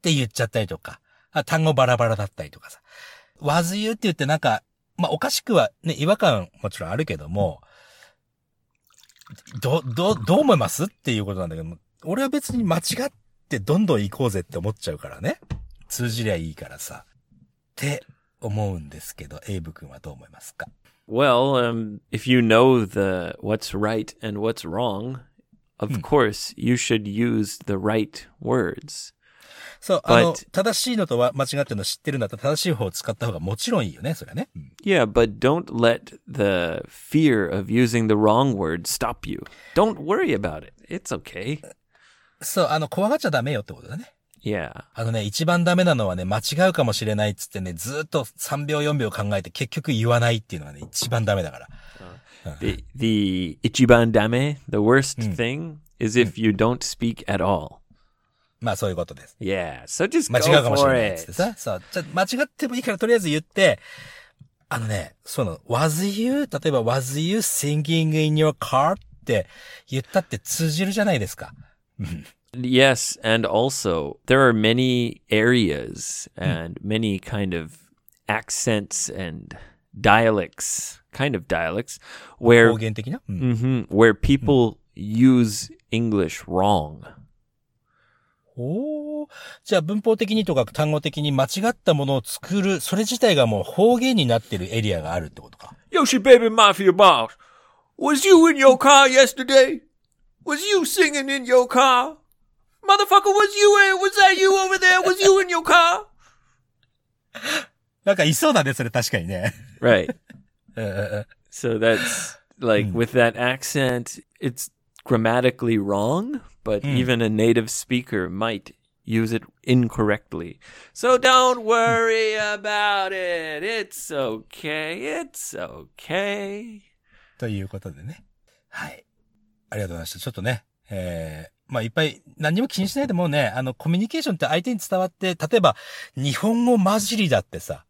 S2: て言っちゃったりとか、あ単語バラバラだったりとかさ。was you って言ってなんか、まあ、おかしくはね、違和感もちろんあるけども、ど、ど、どう思いますっていうことなんだけども、俺は別に間違ってどんどん行こうぜって思っちゃうからね。通じりゃいいからさ。って思うんですけど、エイブ君はどう思いますか
S1: well, um, if you know the what's right and what's wrong, of course you should use the right words.
S2: そう、あの
S1: But-、
S2: 正しいのとは間違ってるの知ってるんだったら正しい方を使った方がもちろんいいよね、それはね。うん
S1: Yeah, but don't let the fear of using the wrong word stop you. Don't worry about it. It's okay.
S2: そう、あの、怖がっちゃダメよってことだね。
S1: Yeah.
S2: あのね、一番ダメなのはね、間違うかもしれないっつってね、ずーっと3秒4秒考えて結局言わないっていうのはね、一番ダメだから。
S1: The the ichiban dame, the worst thing is if you don't speak at all.
S2: まあそういうことです。
S1: Yeah. So just
S2: 間
S1: go
S2: 違うかもしれ
S1: for
S2: ないっつって
S1: it.
S2: さ。そう。じゃ間違ってもいいからとりあえず言って、あのね、その、was you? 例えば was you singing in your car? って言ったって通じるじゃないですか。
S1: Yes, and also there are many areas and many kind of accents and dialects, kind of dialects where
S2: 方言的な。うん。
S1: hmm where people use English wrong.
S2: おーじゃあ文法的にとか単語的に間違ったものを作る、それ自体がもう方言になってるエリアがあるってことか。
S1: Yoshi Baby Mafia Boss, was you in your car yesterday? Was you singing in your car? Motherfucker, was you in? Was that you over there? Was you in your car?
S2: なんかいそうだね、それ確かにね。
S1: Right.
S2: うんうんうん
S1: So that's like with that accent, it's grammatically wrong, but even a native speaker might use it incorrectly. So don't worry about it. It's okay. It's okay.
S2: ということでね。はい。ありがとうございました。ちょっとね、えー、まあいっぱい何も気にしないでもうね、あの、コミュニケーションって相手に伝わって、例えば、日本語混じりだってさ、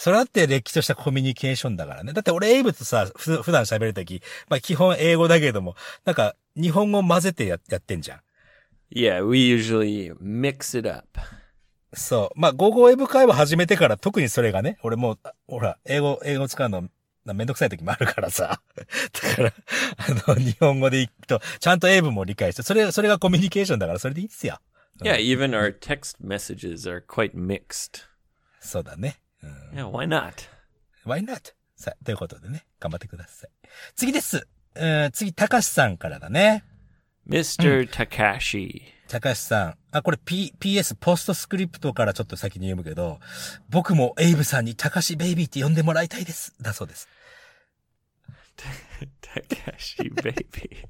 S2: それだって歴史としたコミュニケーションだからね。だって俺、エイブとさ、ふ普段喋るとき、まあ基本英語だけれども、なんか、日本語混ぜてややってんじゃん。
S1: Yeah, we usually mix it up.
S2: そう。まあ、ゴーゴーエブ会話始めてから特にそれがね、俺もう、あほら、英語、英語使うの、なめんどくさい時もあるからさ。 だから、あの、日本語で行くと、ちゃんと英文も理解して、それ、それがコミュニケーションだから、それでいいっすよ。
S1: Yeah, even our text messages are quite mixed.
S2: そうだね。
S1: Yeah, why not?
S2: Why not? さあ、ということでね、頑張ってください。次です。うん、次、たかしさんからだね。
S1: Mr. Takashi.
S2: たかしさん。あ、これ P、PS、ポストスクリプトからちょっと先に読むけど、僕もエイブさんにたかしベイビーって呼んでもらいたいです。だそうです。
S1: Takashi, baby.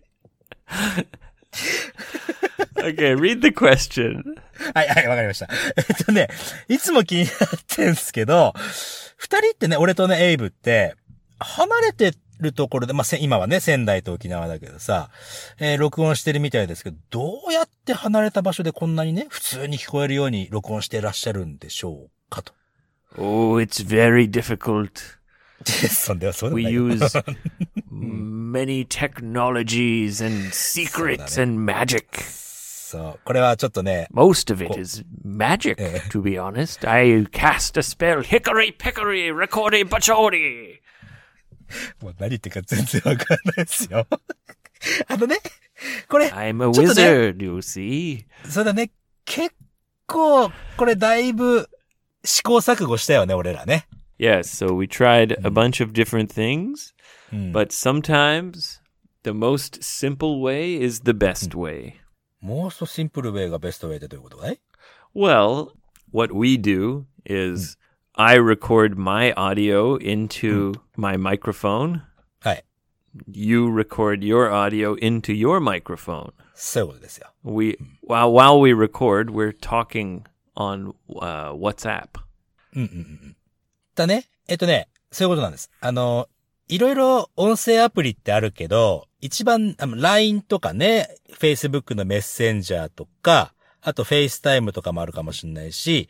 S1: okay, read the question.
S2: はいはい、わかりました。 えっとね、いつも気になってんすけど、二人ってね、俺とね、エイブって、離れてるところで、まあ、せ今はね、仙台と沖縄だけどさ、えー録音してるみたいですけど、どうやって離れた場所でこんなにね、普通に聞こえるように録音してらっしゃるんでしょうかと。
S1: Oh, it's very difficult.
S2: そんではそうでも
S1: We
S2: ないよ
S1: use many technologies and secrets and magic.
S2: そう。これはちょっとね、
S1: Most of it is magic, to be honest. I cast a spell, hickory pickory, recordy bachori.
S2: もう何言ってるか全然わかんないですよ。 あのね、これ、
S1: I'm a
S2: ちょっとね
S1: wizard, you see.
S2: そうだね。結構、これだいぶ試行錯誤したよね、俺らね。
S1: Yes, so we tried a bunch of different things,
S2: うん、
S1: but sometimes the most simple way is the best way.
S2: most simple way がベストウェイってどういうことかい
S1: Well, what we do is I record my audio into my microphone.
S2: はい。
S1: You record your audio into your microphone.
S2: そういうことですよ。
S1: We while while we record, we're talking on uh, WhatsApp.
S2: だね。えっとね、そういうことなんです。あの、いろいろ音声アプリってあるけど、一番、あの LINE とかね、Facebook のメッセンジャーとか、あと FaceTime とかもあるかもしれないし、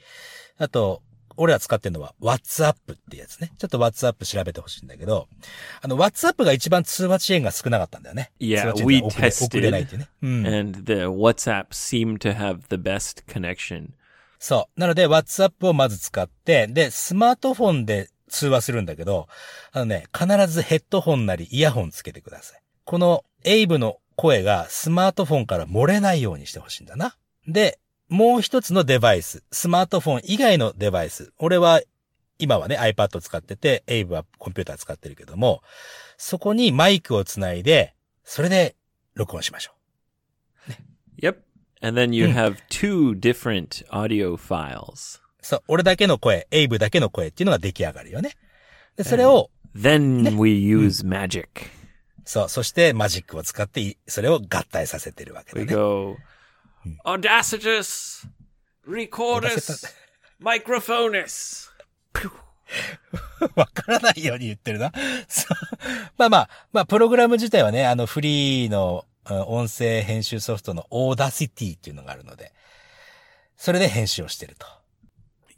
S2: あと、俺ら使ってるのは WhatsApp ってやつね。ちょっと WhatsApp 調べてほしいんだけど、あの WhatsApp が一番通話遅延が少なかったんだよね。
S1: Yeah,
S2: 通話遅延
S1: we
S2: 遅れ
S1: tested.
S2: 遅れないっていうね。うん。
S1: and the WhatsApp seemed to have the best connection.
S2: そう。なので、WhatsApp をまず使って、で、スマートフォンで通話するんだけど、あのね、必ずヘッドホンなりイヤホンつけてください。このエイブの声がスマートフォンから漏れないようにしてほしいんだな。で、もう一つのデバイス、スマートフォン以外のデバイス。俺は、今はね、iPad を使ってて、エイブはコンピューター使ってるけども、そこにマイクをつないで、それで録音しましょ
S1: Yep. And then you
S2: Hmm.
S1: have two different audio files.
S2: う。そう、俺だけの声、エイブだけの声っていうのが出来上がるよね。で、それを、
S1: Then we use magic.
S2: そう。そして、マジックを使ってい、それを合体させてるわけ
S1: We
S2: だね。
S1: go audacitus, recordus, microphonus.
S2: わからないように言ってるな。 そうまあまあ、まあ、プログラム自体はね、あの、フリーのうん音声編集ソフトのオーダーシティっていうのがあるので、それで編集をしてると。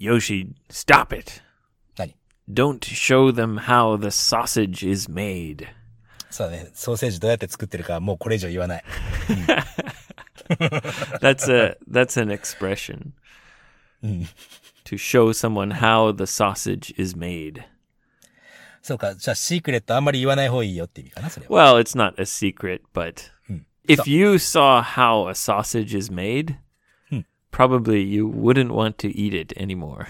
S1: Yoshi, stop it.
S2: 何
S1: Don't show them how the sausage is made.
S2: そうだね、ソーセージどうやって作ってるかはもうこれ以上言わない。
S1: That's a that's an expression.
S2: Mm.
S1: To show someone how the sausage is made.
S2: そうか、じゃあシークレットあんまり言わない方がいいよって意味かな、それは。
S1: Well, it's not a secret, but
S2: Hmm.
S1: if
S2: So-
S1: you saw how a sausage is made,
S2: Hmm.
S1: probably you wouldn't want to eat it anymore.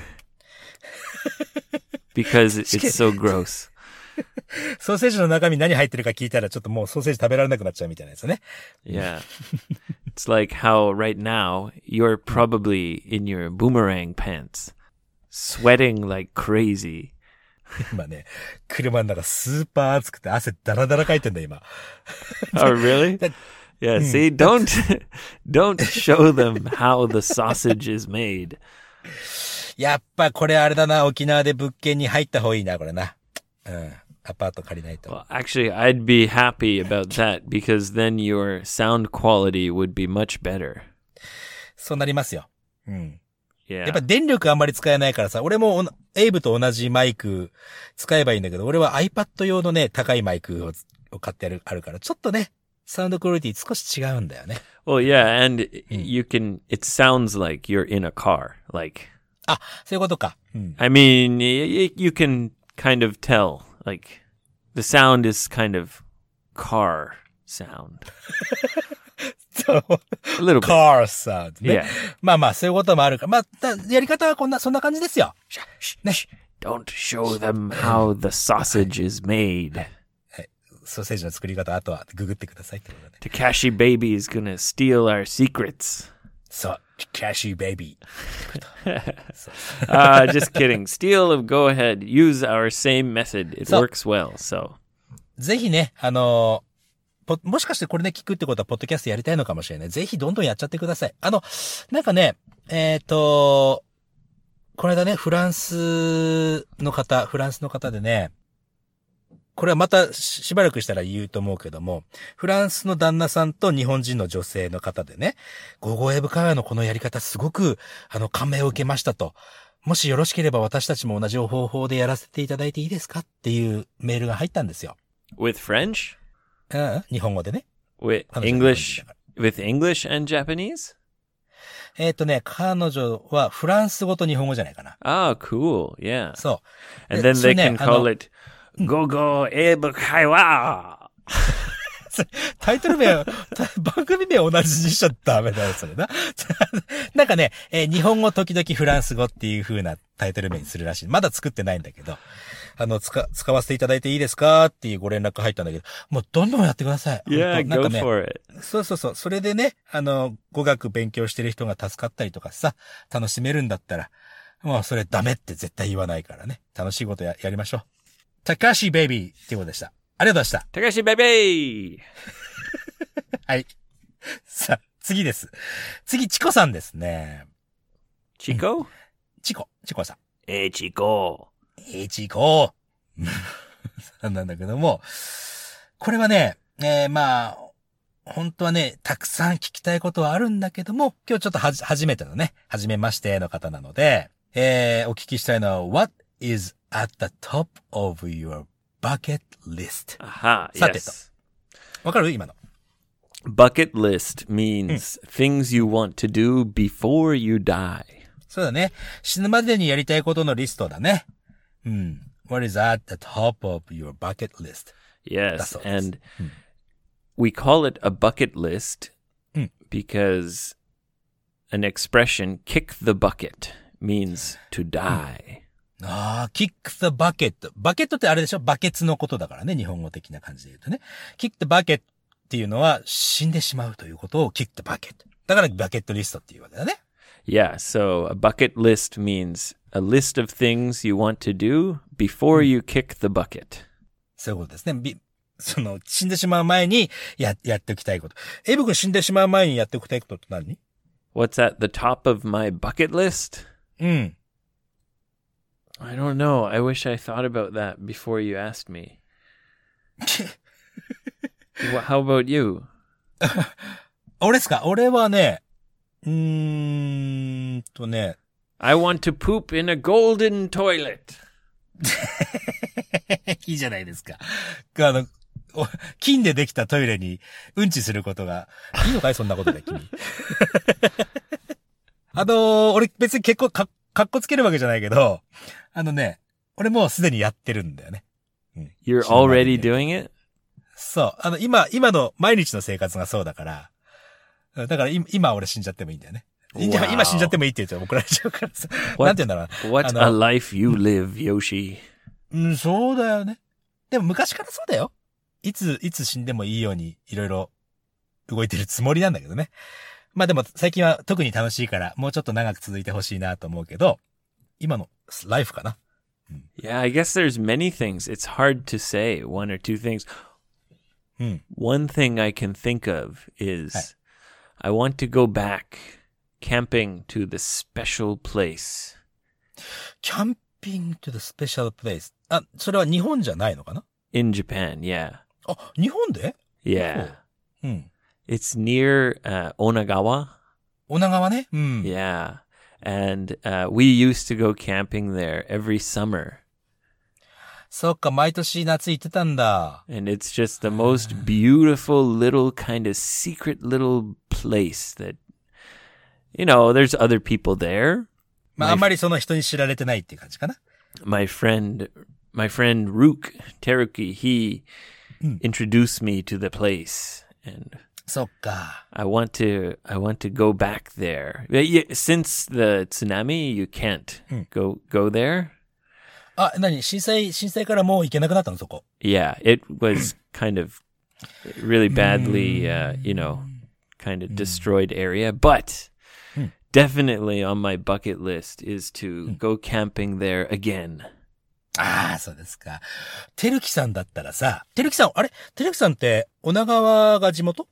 S1: because it- it's so gross.
S2: ソーセージの中身何入ってるか聞いたらちょっともうソーセージ食べられなくなっちゃうみたいなやつね。
S1: Yeah. it's like how right now you're
S2: Hmm.
S1: probably in your boomerang pants, sweating like crazy.
S2: 今ね、車の中スーパー暑くて汗ダラダラかいてんだよ、今。
S1: Oh, really? yeah,
S2: hmm.
S1: see, don't don't show them how the sausage is made.
S2: やっぱこれあれだな、沖縄で物件に入った方がいいな、これな。うん。アパート借りないと。
S1: Well, actually, I'd be happy about that because then your sound quality would be much better.
S2: そうなりますよ。うん。
S1: Yeah.
S2: やっぱ電力あんまり使えないからさ、俺もおなエイブと同じマイク使えばいいんだけど、俺は iPad 用のね、高いマイクをを買ってあるあるから、ちょっとね、サウンドクオリティ少し違うんだよね。
S1: well, yeah, and you can. It sounds like you're in a car. Like,
S2: あ、そういうことか。うん。
S1: I mean, y- y- you can kind of tell. Like, the sound is kind of car sound.
S2: そう。
S1: A little bit.
S2: カーサウンドね。
S1: Yeah.
S2: まあまあ、そういうこともあるから。まあ、だやり方はこんな、そんな感じですよ。ね。
S1: Don't show them how the sausage is made.
S2: ソーセージの作り方、あとはググってくださいってことね。
S1: Takashi Baby is gonna steal our secrets.
S2: そう。キャッシュベイビー。
S1: uh, just kidding. Steal, go ahead. Use our same method. It
S2: So-
S1: works well. So,
S2: ぜひね、あのーポもしかしてこれね、聞くってことは、ポッドキャストやりたいのかもしれない。ぜひどんどんやっちゃってください。あの、なんかね、えっ、と、この間ね、フランスの方、フランスの方でね、これはまたししばらくしたら言うと思うけども、フランスの旦那さんと日本人の女性の方でね、ゴゴエブ会話のこのやり方すごく、あの、感銘を受けましたと。もしよろしければ私たちも同じ方法でやらせていただいていいですかっていうメールが入ったんですよ。
S1: with French,
S2: うん、日本語でね。
S1: with
S2: 彼女は日本人
S1: English,
S2: だから
S1: with English and Japanese.
S2: えっ、とね、彼女はフランス語と日本語じゃないかな。
S1: Ah, cool. Yeah.
S2: そ
S1: And
S2: eh,
S1: then they can
S2: so now,
S1: call
S2: ano-
S1: it Gogo Ebukaiwa.
S2: う。タイトル名、た 番組名同じにしちゃダメだよ、それな。 なんかね、えー日本語時々フランス語っていう風なタイトル名にするらしい。まだ作ってないんだけど。あの、使、使わせていただいていいですかっていうご連絡入ったんだけど、もうどんどんやってください。
S1: Yeah,
S2: 本当なん
S1: go
S2: かね、
S1: for it.
S2: そうそうそう。それでね、あの、語学勉強してる人が助かったりとかさ、楽しめるんだったら、もうそれダメって絶対言わないからね。楽しいことや、やりましょう。高橋ベイビーっていうことでした。ありがとうございま
S1: Takashi Baby.
S2: した。はい。さあ、次です。次、チコさんですね。
S1: Chico?
S2: Hmm.
S1: Eh,
S2: チコ、チコさん。
S1: Hey, Chico.
S2: えー、チコ。 なんだけども、これはね、えーまあ、本当はね、たくさん聞きたいことはあるんだけども、今日ちょっとはじ、初めてのね、初めましての方なので、えーお聞きしたいのは、What is at the top of your bucket list?
S1: Aha.
S2: Sa te
S1: Yes.
S2: わかる今の。
S1: Bucket list means
S2: Hmm.
S1: things you want to do before you die.
S2: そうだね。死ぬまでにやりたいことのリストだね。うん。What is at the top of your bucket list? Hmm.
S1: Yes.
S2: That's all it is.
S1: And we call it a bucket list
S2: Hmm.
S1: because an expression, kick the bucket, means to
S2: Hmm.
S1: die.
S2: ああ、kick the bucket. バケットってあれでしょバケツのことだからね。日本語的な感じで言うとね。kick the bucket っていうのは死んでしまうということを kick the bucket。だからバケットリストっていうわけだね。
S1: Yeah. So a bucket list means a list of things you want to do
S2: Hmm.
S1: before you kick the bucket.
S2: そういうことですね。びその、死んでしまう前にや、やっておきたいこと。エイブ君死んでしまう前にやっておきたいことって何
S1: What's at the top of my bucket list?
S2: うん。
S1: I don't know. I wish I thought about that before you asked me. Wha how about you?
S2: 俺ですか俺はね、うーんとね、
S1: I want to poop in a golden toilet.
S2: いいじゃないですか。あの、お金でできたトイレにうんちすることが、いいのかいそんなことで、君。 あのー俺別に結構か、かっこつけるわけじゃないけど、あのね、俺もうすでにやってるんだよね。
S1: You're
S2: Somebody
S1: already
S2: did.
S1: doing it?
S2: そう。あの、今、今の毎日の生活がそうだから、うんだから今今俺死んじゃってもいいんだよね。いや
S1: Wow.
S2: 今死んじゃってもいいって言ったら怒られちゃうからさ。
S1: What?
S2: なんて言うんだろうな。
S1: What
S2: Hello.
S1: a life you live, Yoshi.
S2: うん、そうだよね。でも昔からそうだよ。いつ、いつ死んでもいいように、いろいろ動いてるつもりなんだけどね。まあでも最近は特に楽しいから、もうちょっと長く続いてほしいなと思うけど、今のライフかな。
S1: Yeah, I guess there's many things. It's hard to say one or two things.
S2: Hmm.
S1: One thing I can think of is
S2: Hi.
S1: I want to go back camping to the special place.
S2: キャンピング to the special place. あ、それは日本じゃないのかな
S1: In Japan, yeah.
S2: あ、日本で
S1: Yeah.
S2: Oh. うん。
S1: It's near uh, Onagawa.
S2: 女川ね。うん。
S1: Yeah. And uh, we used to go camping there every summer.
S2: そっか、毎年夏行ってたんだ。
S1: And it's just the most beautiful little kind of secret little place that, you know, there's other people there.
S2: まああんまりその人に知られてないっていう感じかな。
S1: My friend, my friend Rook Teruki, he introduced me to the place. And
S2: そっか。
S1: I want to I want to go back there. Yeah, yeah, Since the tsunami, you can't go go there.
S2: あ、何震災、震災からもう行けなくなったのそこ。
S1: Yeah, it was kind of really badly, uh, you know,
S2: Mm.
S1: kind of destroyed area, but
S2: Hmm.
S1: definitely on my bucket list is to go camping there again.
S2: ああ、そうですか。てるきさんだったらさ、てるきさん、あれてるきさんって、女川が地元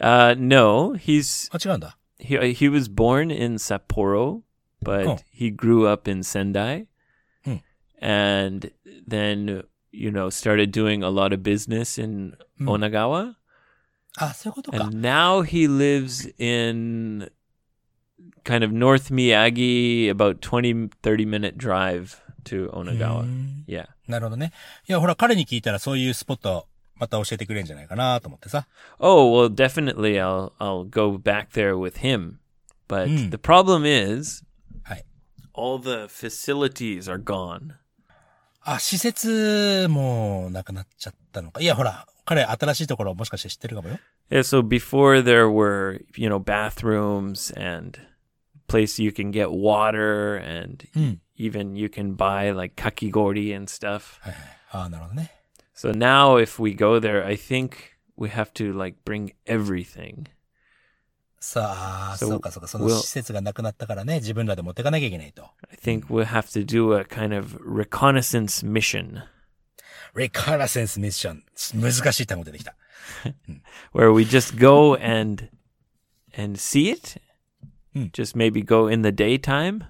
S1: Uh, no, he's
S2: あ、違うんだ。
S1: he he was born in Sapporo, but
S2: Oh.
S1: he grew up in Sendai,
S2: Hmm.
S1: and then you know started doing a lot of business in
S2: Hmm.
S1: Onagawa,
S2: あ、そういうことか
S1: and。now he lives in kind of North Miyagi, about 20, 30 minute drive to
S2: う
S1: Onagawa.
S2: ん
S1: Yeah.
S2: なるほどね。いや、ほら、彼に聞いたらそういうスポット、また教えてくれるんじゃないかなと思ってさ。
S1: Oh well, definitely I'll I'll go back there with him, but
S2: Hmm.
S1: the problem is.
S2: Hi.
S1: All the facilities are gone.
S2: あ、施設もなくなっちゃったのか。いや、ほら、彼新しいところもしかして知ってるかもよ。
S1: Yeah, so before there were, you know, bathrooms and place you can get water and
S2: Hmm.
S1: even you can buy like kakigori and stuff.
S2: はいはい。ああ、なるほどね。
S1: So now if we go there, I think we have to like bring everything.
S2: さあ、
S1: So,
S2: そうかそうか。その
S1: we'll-
S2: 施設がなくなったからね、自分らで持ってかなきゃいけないと。
S1: I think we'll have to do a kind of reconnaissance mission
S2: レカラセンスミッション。難しい単語出てきた。
S1: where we just go and and see it.
S2: Hmm.
S1: Just maybe go in the daytime.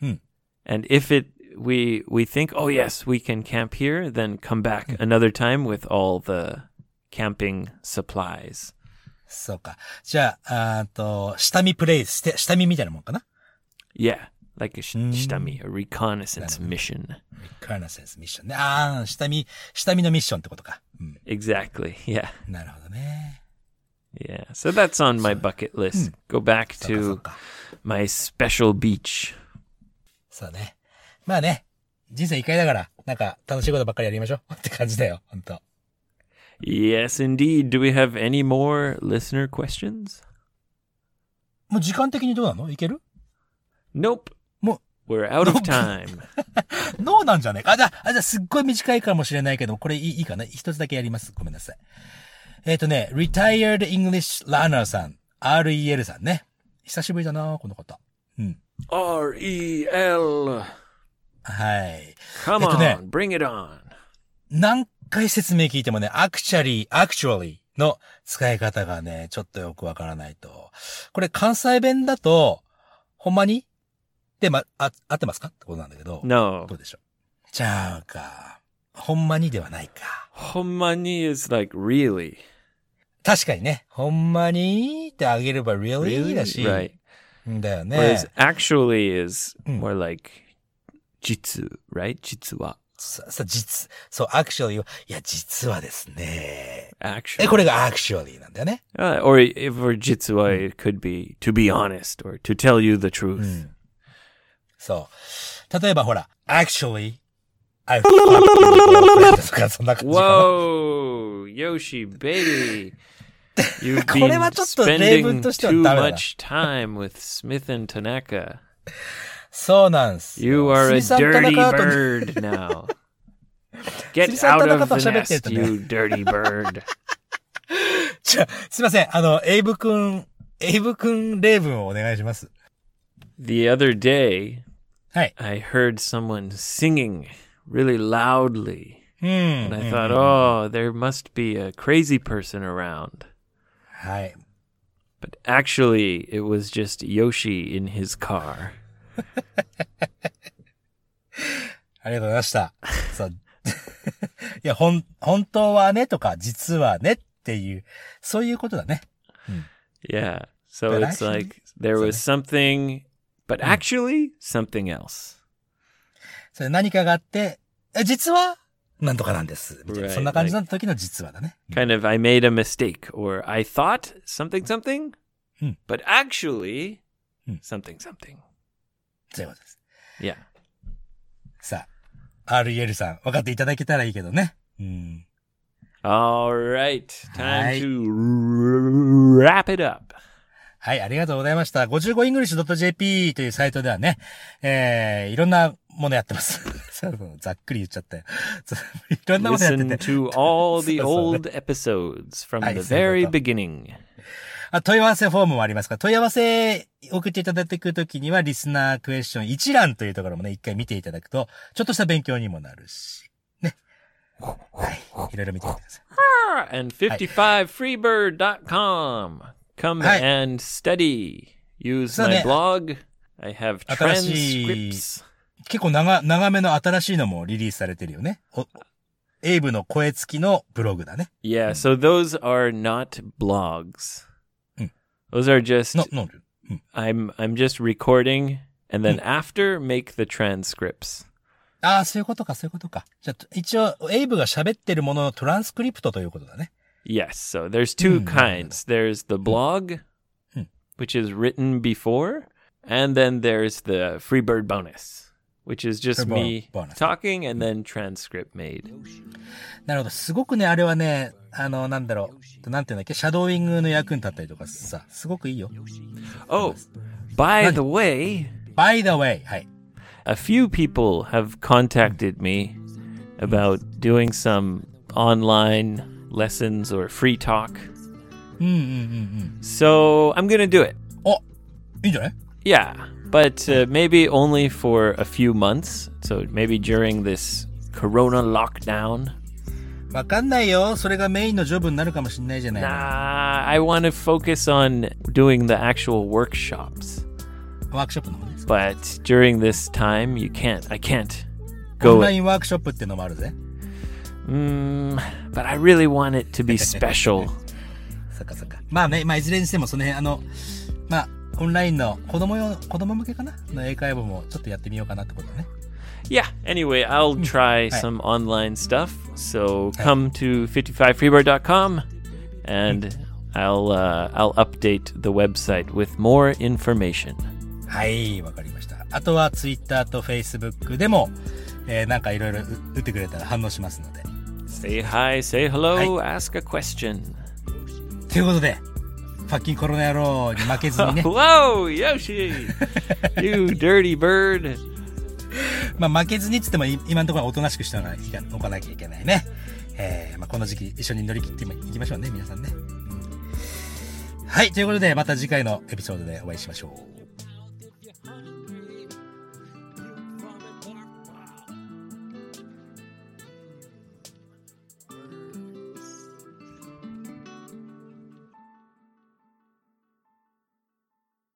S2: Hmm.
S1: And if it we we think, oh yes, we can camp here, then come back
S2: Hmm.
S1: another time with all the camping supplies.
S2: そうか。じゃあ、あーと、下見プレイして、下見みたいなもんかな
S1: Yeah, like a sh-
S2: Mm.
S1: shitami, a reconnaissance mission.
S2: カーナセンスミッションね。ああ、下見、下見のミッションってことか。うん。
S1: Exactly. Yeah,
S2: なるほどね。
S1: yeah. So hmm. that's on my bucket list. Go back
S2: そうか、そ
S1: to
S2: うか。
S1: my special beach.
S2: そうね。まあね、人生一回だから、なんか楽しいことばっかりやりましょう って感じだよ、ほんと。
S1: Yes, indeed. Do we have any more listener questions?
S2: もう時間的にどうなのいける
S1: Nope.
S2: も
S1: We're out of
S2: Nope.
S1: time.
S2: う、ノーなんじゃねえか。あ、じゃあ、あじゃあすっごい短いかもしれないけど、これいいいいかな一つだけやります。ごめんなさい。えっ、とね、Retired English Learner さん、REL さんね。久しぶりだなこの方。うん。
S1: R E L.
S2: はい。
S1: Come
S2: Ito na.
S1: on, bring it on.
S2: 何回説明聞いてもね、アクチャリー、アクチュアリーの使い方がね、ちょっとよくわからないと。これ関西弁だと、ほんまにで、ま、あ、合ってますかってことなんだけど。
S1: No.
S2: どうでしょう。ちゃうか。ほんまにではないか。
S1: Homani is like really.
S2: 確かにね。ほんまにってあげれば really だし。
S1: Right.
S2: だよね
S1: Whereas。actually is
S2: Mm.
S1: more like jitsu, right? Jitsu wa.
S2: さ、さ、実、そう、actually は、いや、実はですね。え、
S1: Actually.
S2: これが actually なんだよね。
S1: Uh, or if for jitsu wa, it could be to be honest or to tell you the
S2: う
S1: truth.
S2: ん。そう。例えばほら、actually, I fucked you とか、そんな感じかな。
S1: Whoa, Yoshi, baby. You've
S2: これは
S1: been
S2: ちょっと
S1: spending
S2: 例文としては
S1: too
S2: ダメだな。
S1: much time with Smith and Tanaka.
S2: そうなんですよ。
S1: You are a
S2: 鈴木さんと
S1: dirty
S2: 中川と
S1: bird now. Get
S2: 鈴木さんと
S1: out of
S2: 中川と
S1: the
S2: 喋ってるとね。
S1: nest, you dirty bird.
S2: じゃあすいません。あの、エイブくん、エイブくん例文をお願いします。
S1: The other day,
S2: はい。
S1: I heard someone singing really loudly,
S2: うん。
S1: and I thought, oh, there must be a crazy person around.
S2: はい。
S1: But actually, it was just Yoshi in his car.
S2: ありがとうございました。そう。 いや、ほん、本当はねとか、実はねっていう、そういうことだね。
S1: Yeah. So
S2: But
S1: it's
S2: actually-
S1: like there was something, but actually, something else.
S2: それ何かがあって、え、実は、なんとかなんです。みたいな
S1: Right,
S2: そんな感じの時の実はだね。
S1: Kind of, I made a mistake, or I thought something, something,
S2: Hmm.
S1: but actually,
S2: Hmm.
S1: something, something.
S2: そういうことです。
S1: Yeah.
S2: さあ、REL さん、分かっていただけたらいいけどね。うん。
S1: All right. Time
S2: Hi.
S1: to wrap it up.
S2: はい、ありがとうございました。55english.jp というサイトではね、えー、いろんなものやってます。 そうそうざっくり言っちゃったよ。 そういろんなものやって
S1: Listen
S2: て。
S1: to all the
S2: So sorry.
S1: old episodes from
S2: Hi,
S1: the
S2: sorry
S1: very
S2: about that.
S1: beginning.
S2: あ、問い合わせフォームもありますから、問い合わせ送っていただいてくるときには、リスナークエスチョン一覧というところもね、一回見ていただくと、ちょっとした勉強にもなるし、ね。はい。いろいろ見てみてください。
S1: And 55freebird.com. Come
S2: Hi.
S1: and study. Use
S2: So
S1: my
S2: ne-
S1: blog. I have
S2: 新しい-
S1: transcripts.
S2: 結構長、長めの新しいのもリリースされてるよね。おエイブの声付きのブログだね。
S1: Yeah, so those are not blogs. Hmm.
S2: Mm.
S1: Those are just
S2: の、の、うん。
S1: I'm I'm just recording and then after make the transcripts.
S2: ああ、そういうことか、そういうことか。じゃあ、一応、エイブが喋ってるもののトランスクリプトということだね。
S1: Yes. So there's two
S2: Hmm.
S1: kinds. There's the blog,
S2: Hmm.
S1: which is written before, and then there's the Freebird bonus, which is just
S2: Freebird
S1: me
S2: bonus.
S1: talking and then transcript made.
S2: なるほど。すごくね、あれはね、あの、なんだろう。なんていうんだっけ、シャドーイングの役に立ったりとかさ、すごくいいよ。
S1: Oh, by
S2: Nice.
S1: the way,
S2: by the way, はい。
S1: a few people have contacted me about doing some online lessons or free talk.
S2: うんうんうんうん。
S1: So I'm going to do it.
S2: おいいんじゃない
S1: Yeah, but uh, maybe only for a few months. So maybe during this corona lockdown.
S2: わかんないよ。それがメインのジョブになるかもしんないじゃない。
S1: Nah, I want to focus on doing the actual workshops.
S2: ワークショップの方ね。
S1: But during this time, you can't. I can't
S2: オン
S1: go.
S2: ラインワークショップってのもあるぜ。
S1: Mm, but I really want it to be special.
S2: そっかそっか。まあね、まあいずれにしてもその辺、あの、まあ、オンラインの子供用、子供向けかなの英会話もちょっとやってみようかなってことだね。
S1: yeah. Anyway, I'll try
S2: Hi.
S1: some online stuff. So come to 55freebar.com and I'll uh, I'll update the website with more information.
S2: はい、わかりました。あとはツイッターとフェイスブックでも、えーなんかいろいろ打ってくれたら反応しますので。
S1: Say hi, say hello, ask a question.
S2: ということで、ファッキンコロナ野郎に負けず にね、
S1: Whoa, Yoshi! you dirty bird.
S2: まあ負けずにっつってもい今のところはおとなしくしておかないおかなきゃいけないね。えーまあこの時期一緒に乗り切っていきましょうね、皆さんね。うんはい、ということでまた次回のエピソードでお会いしましょう。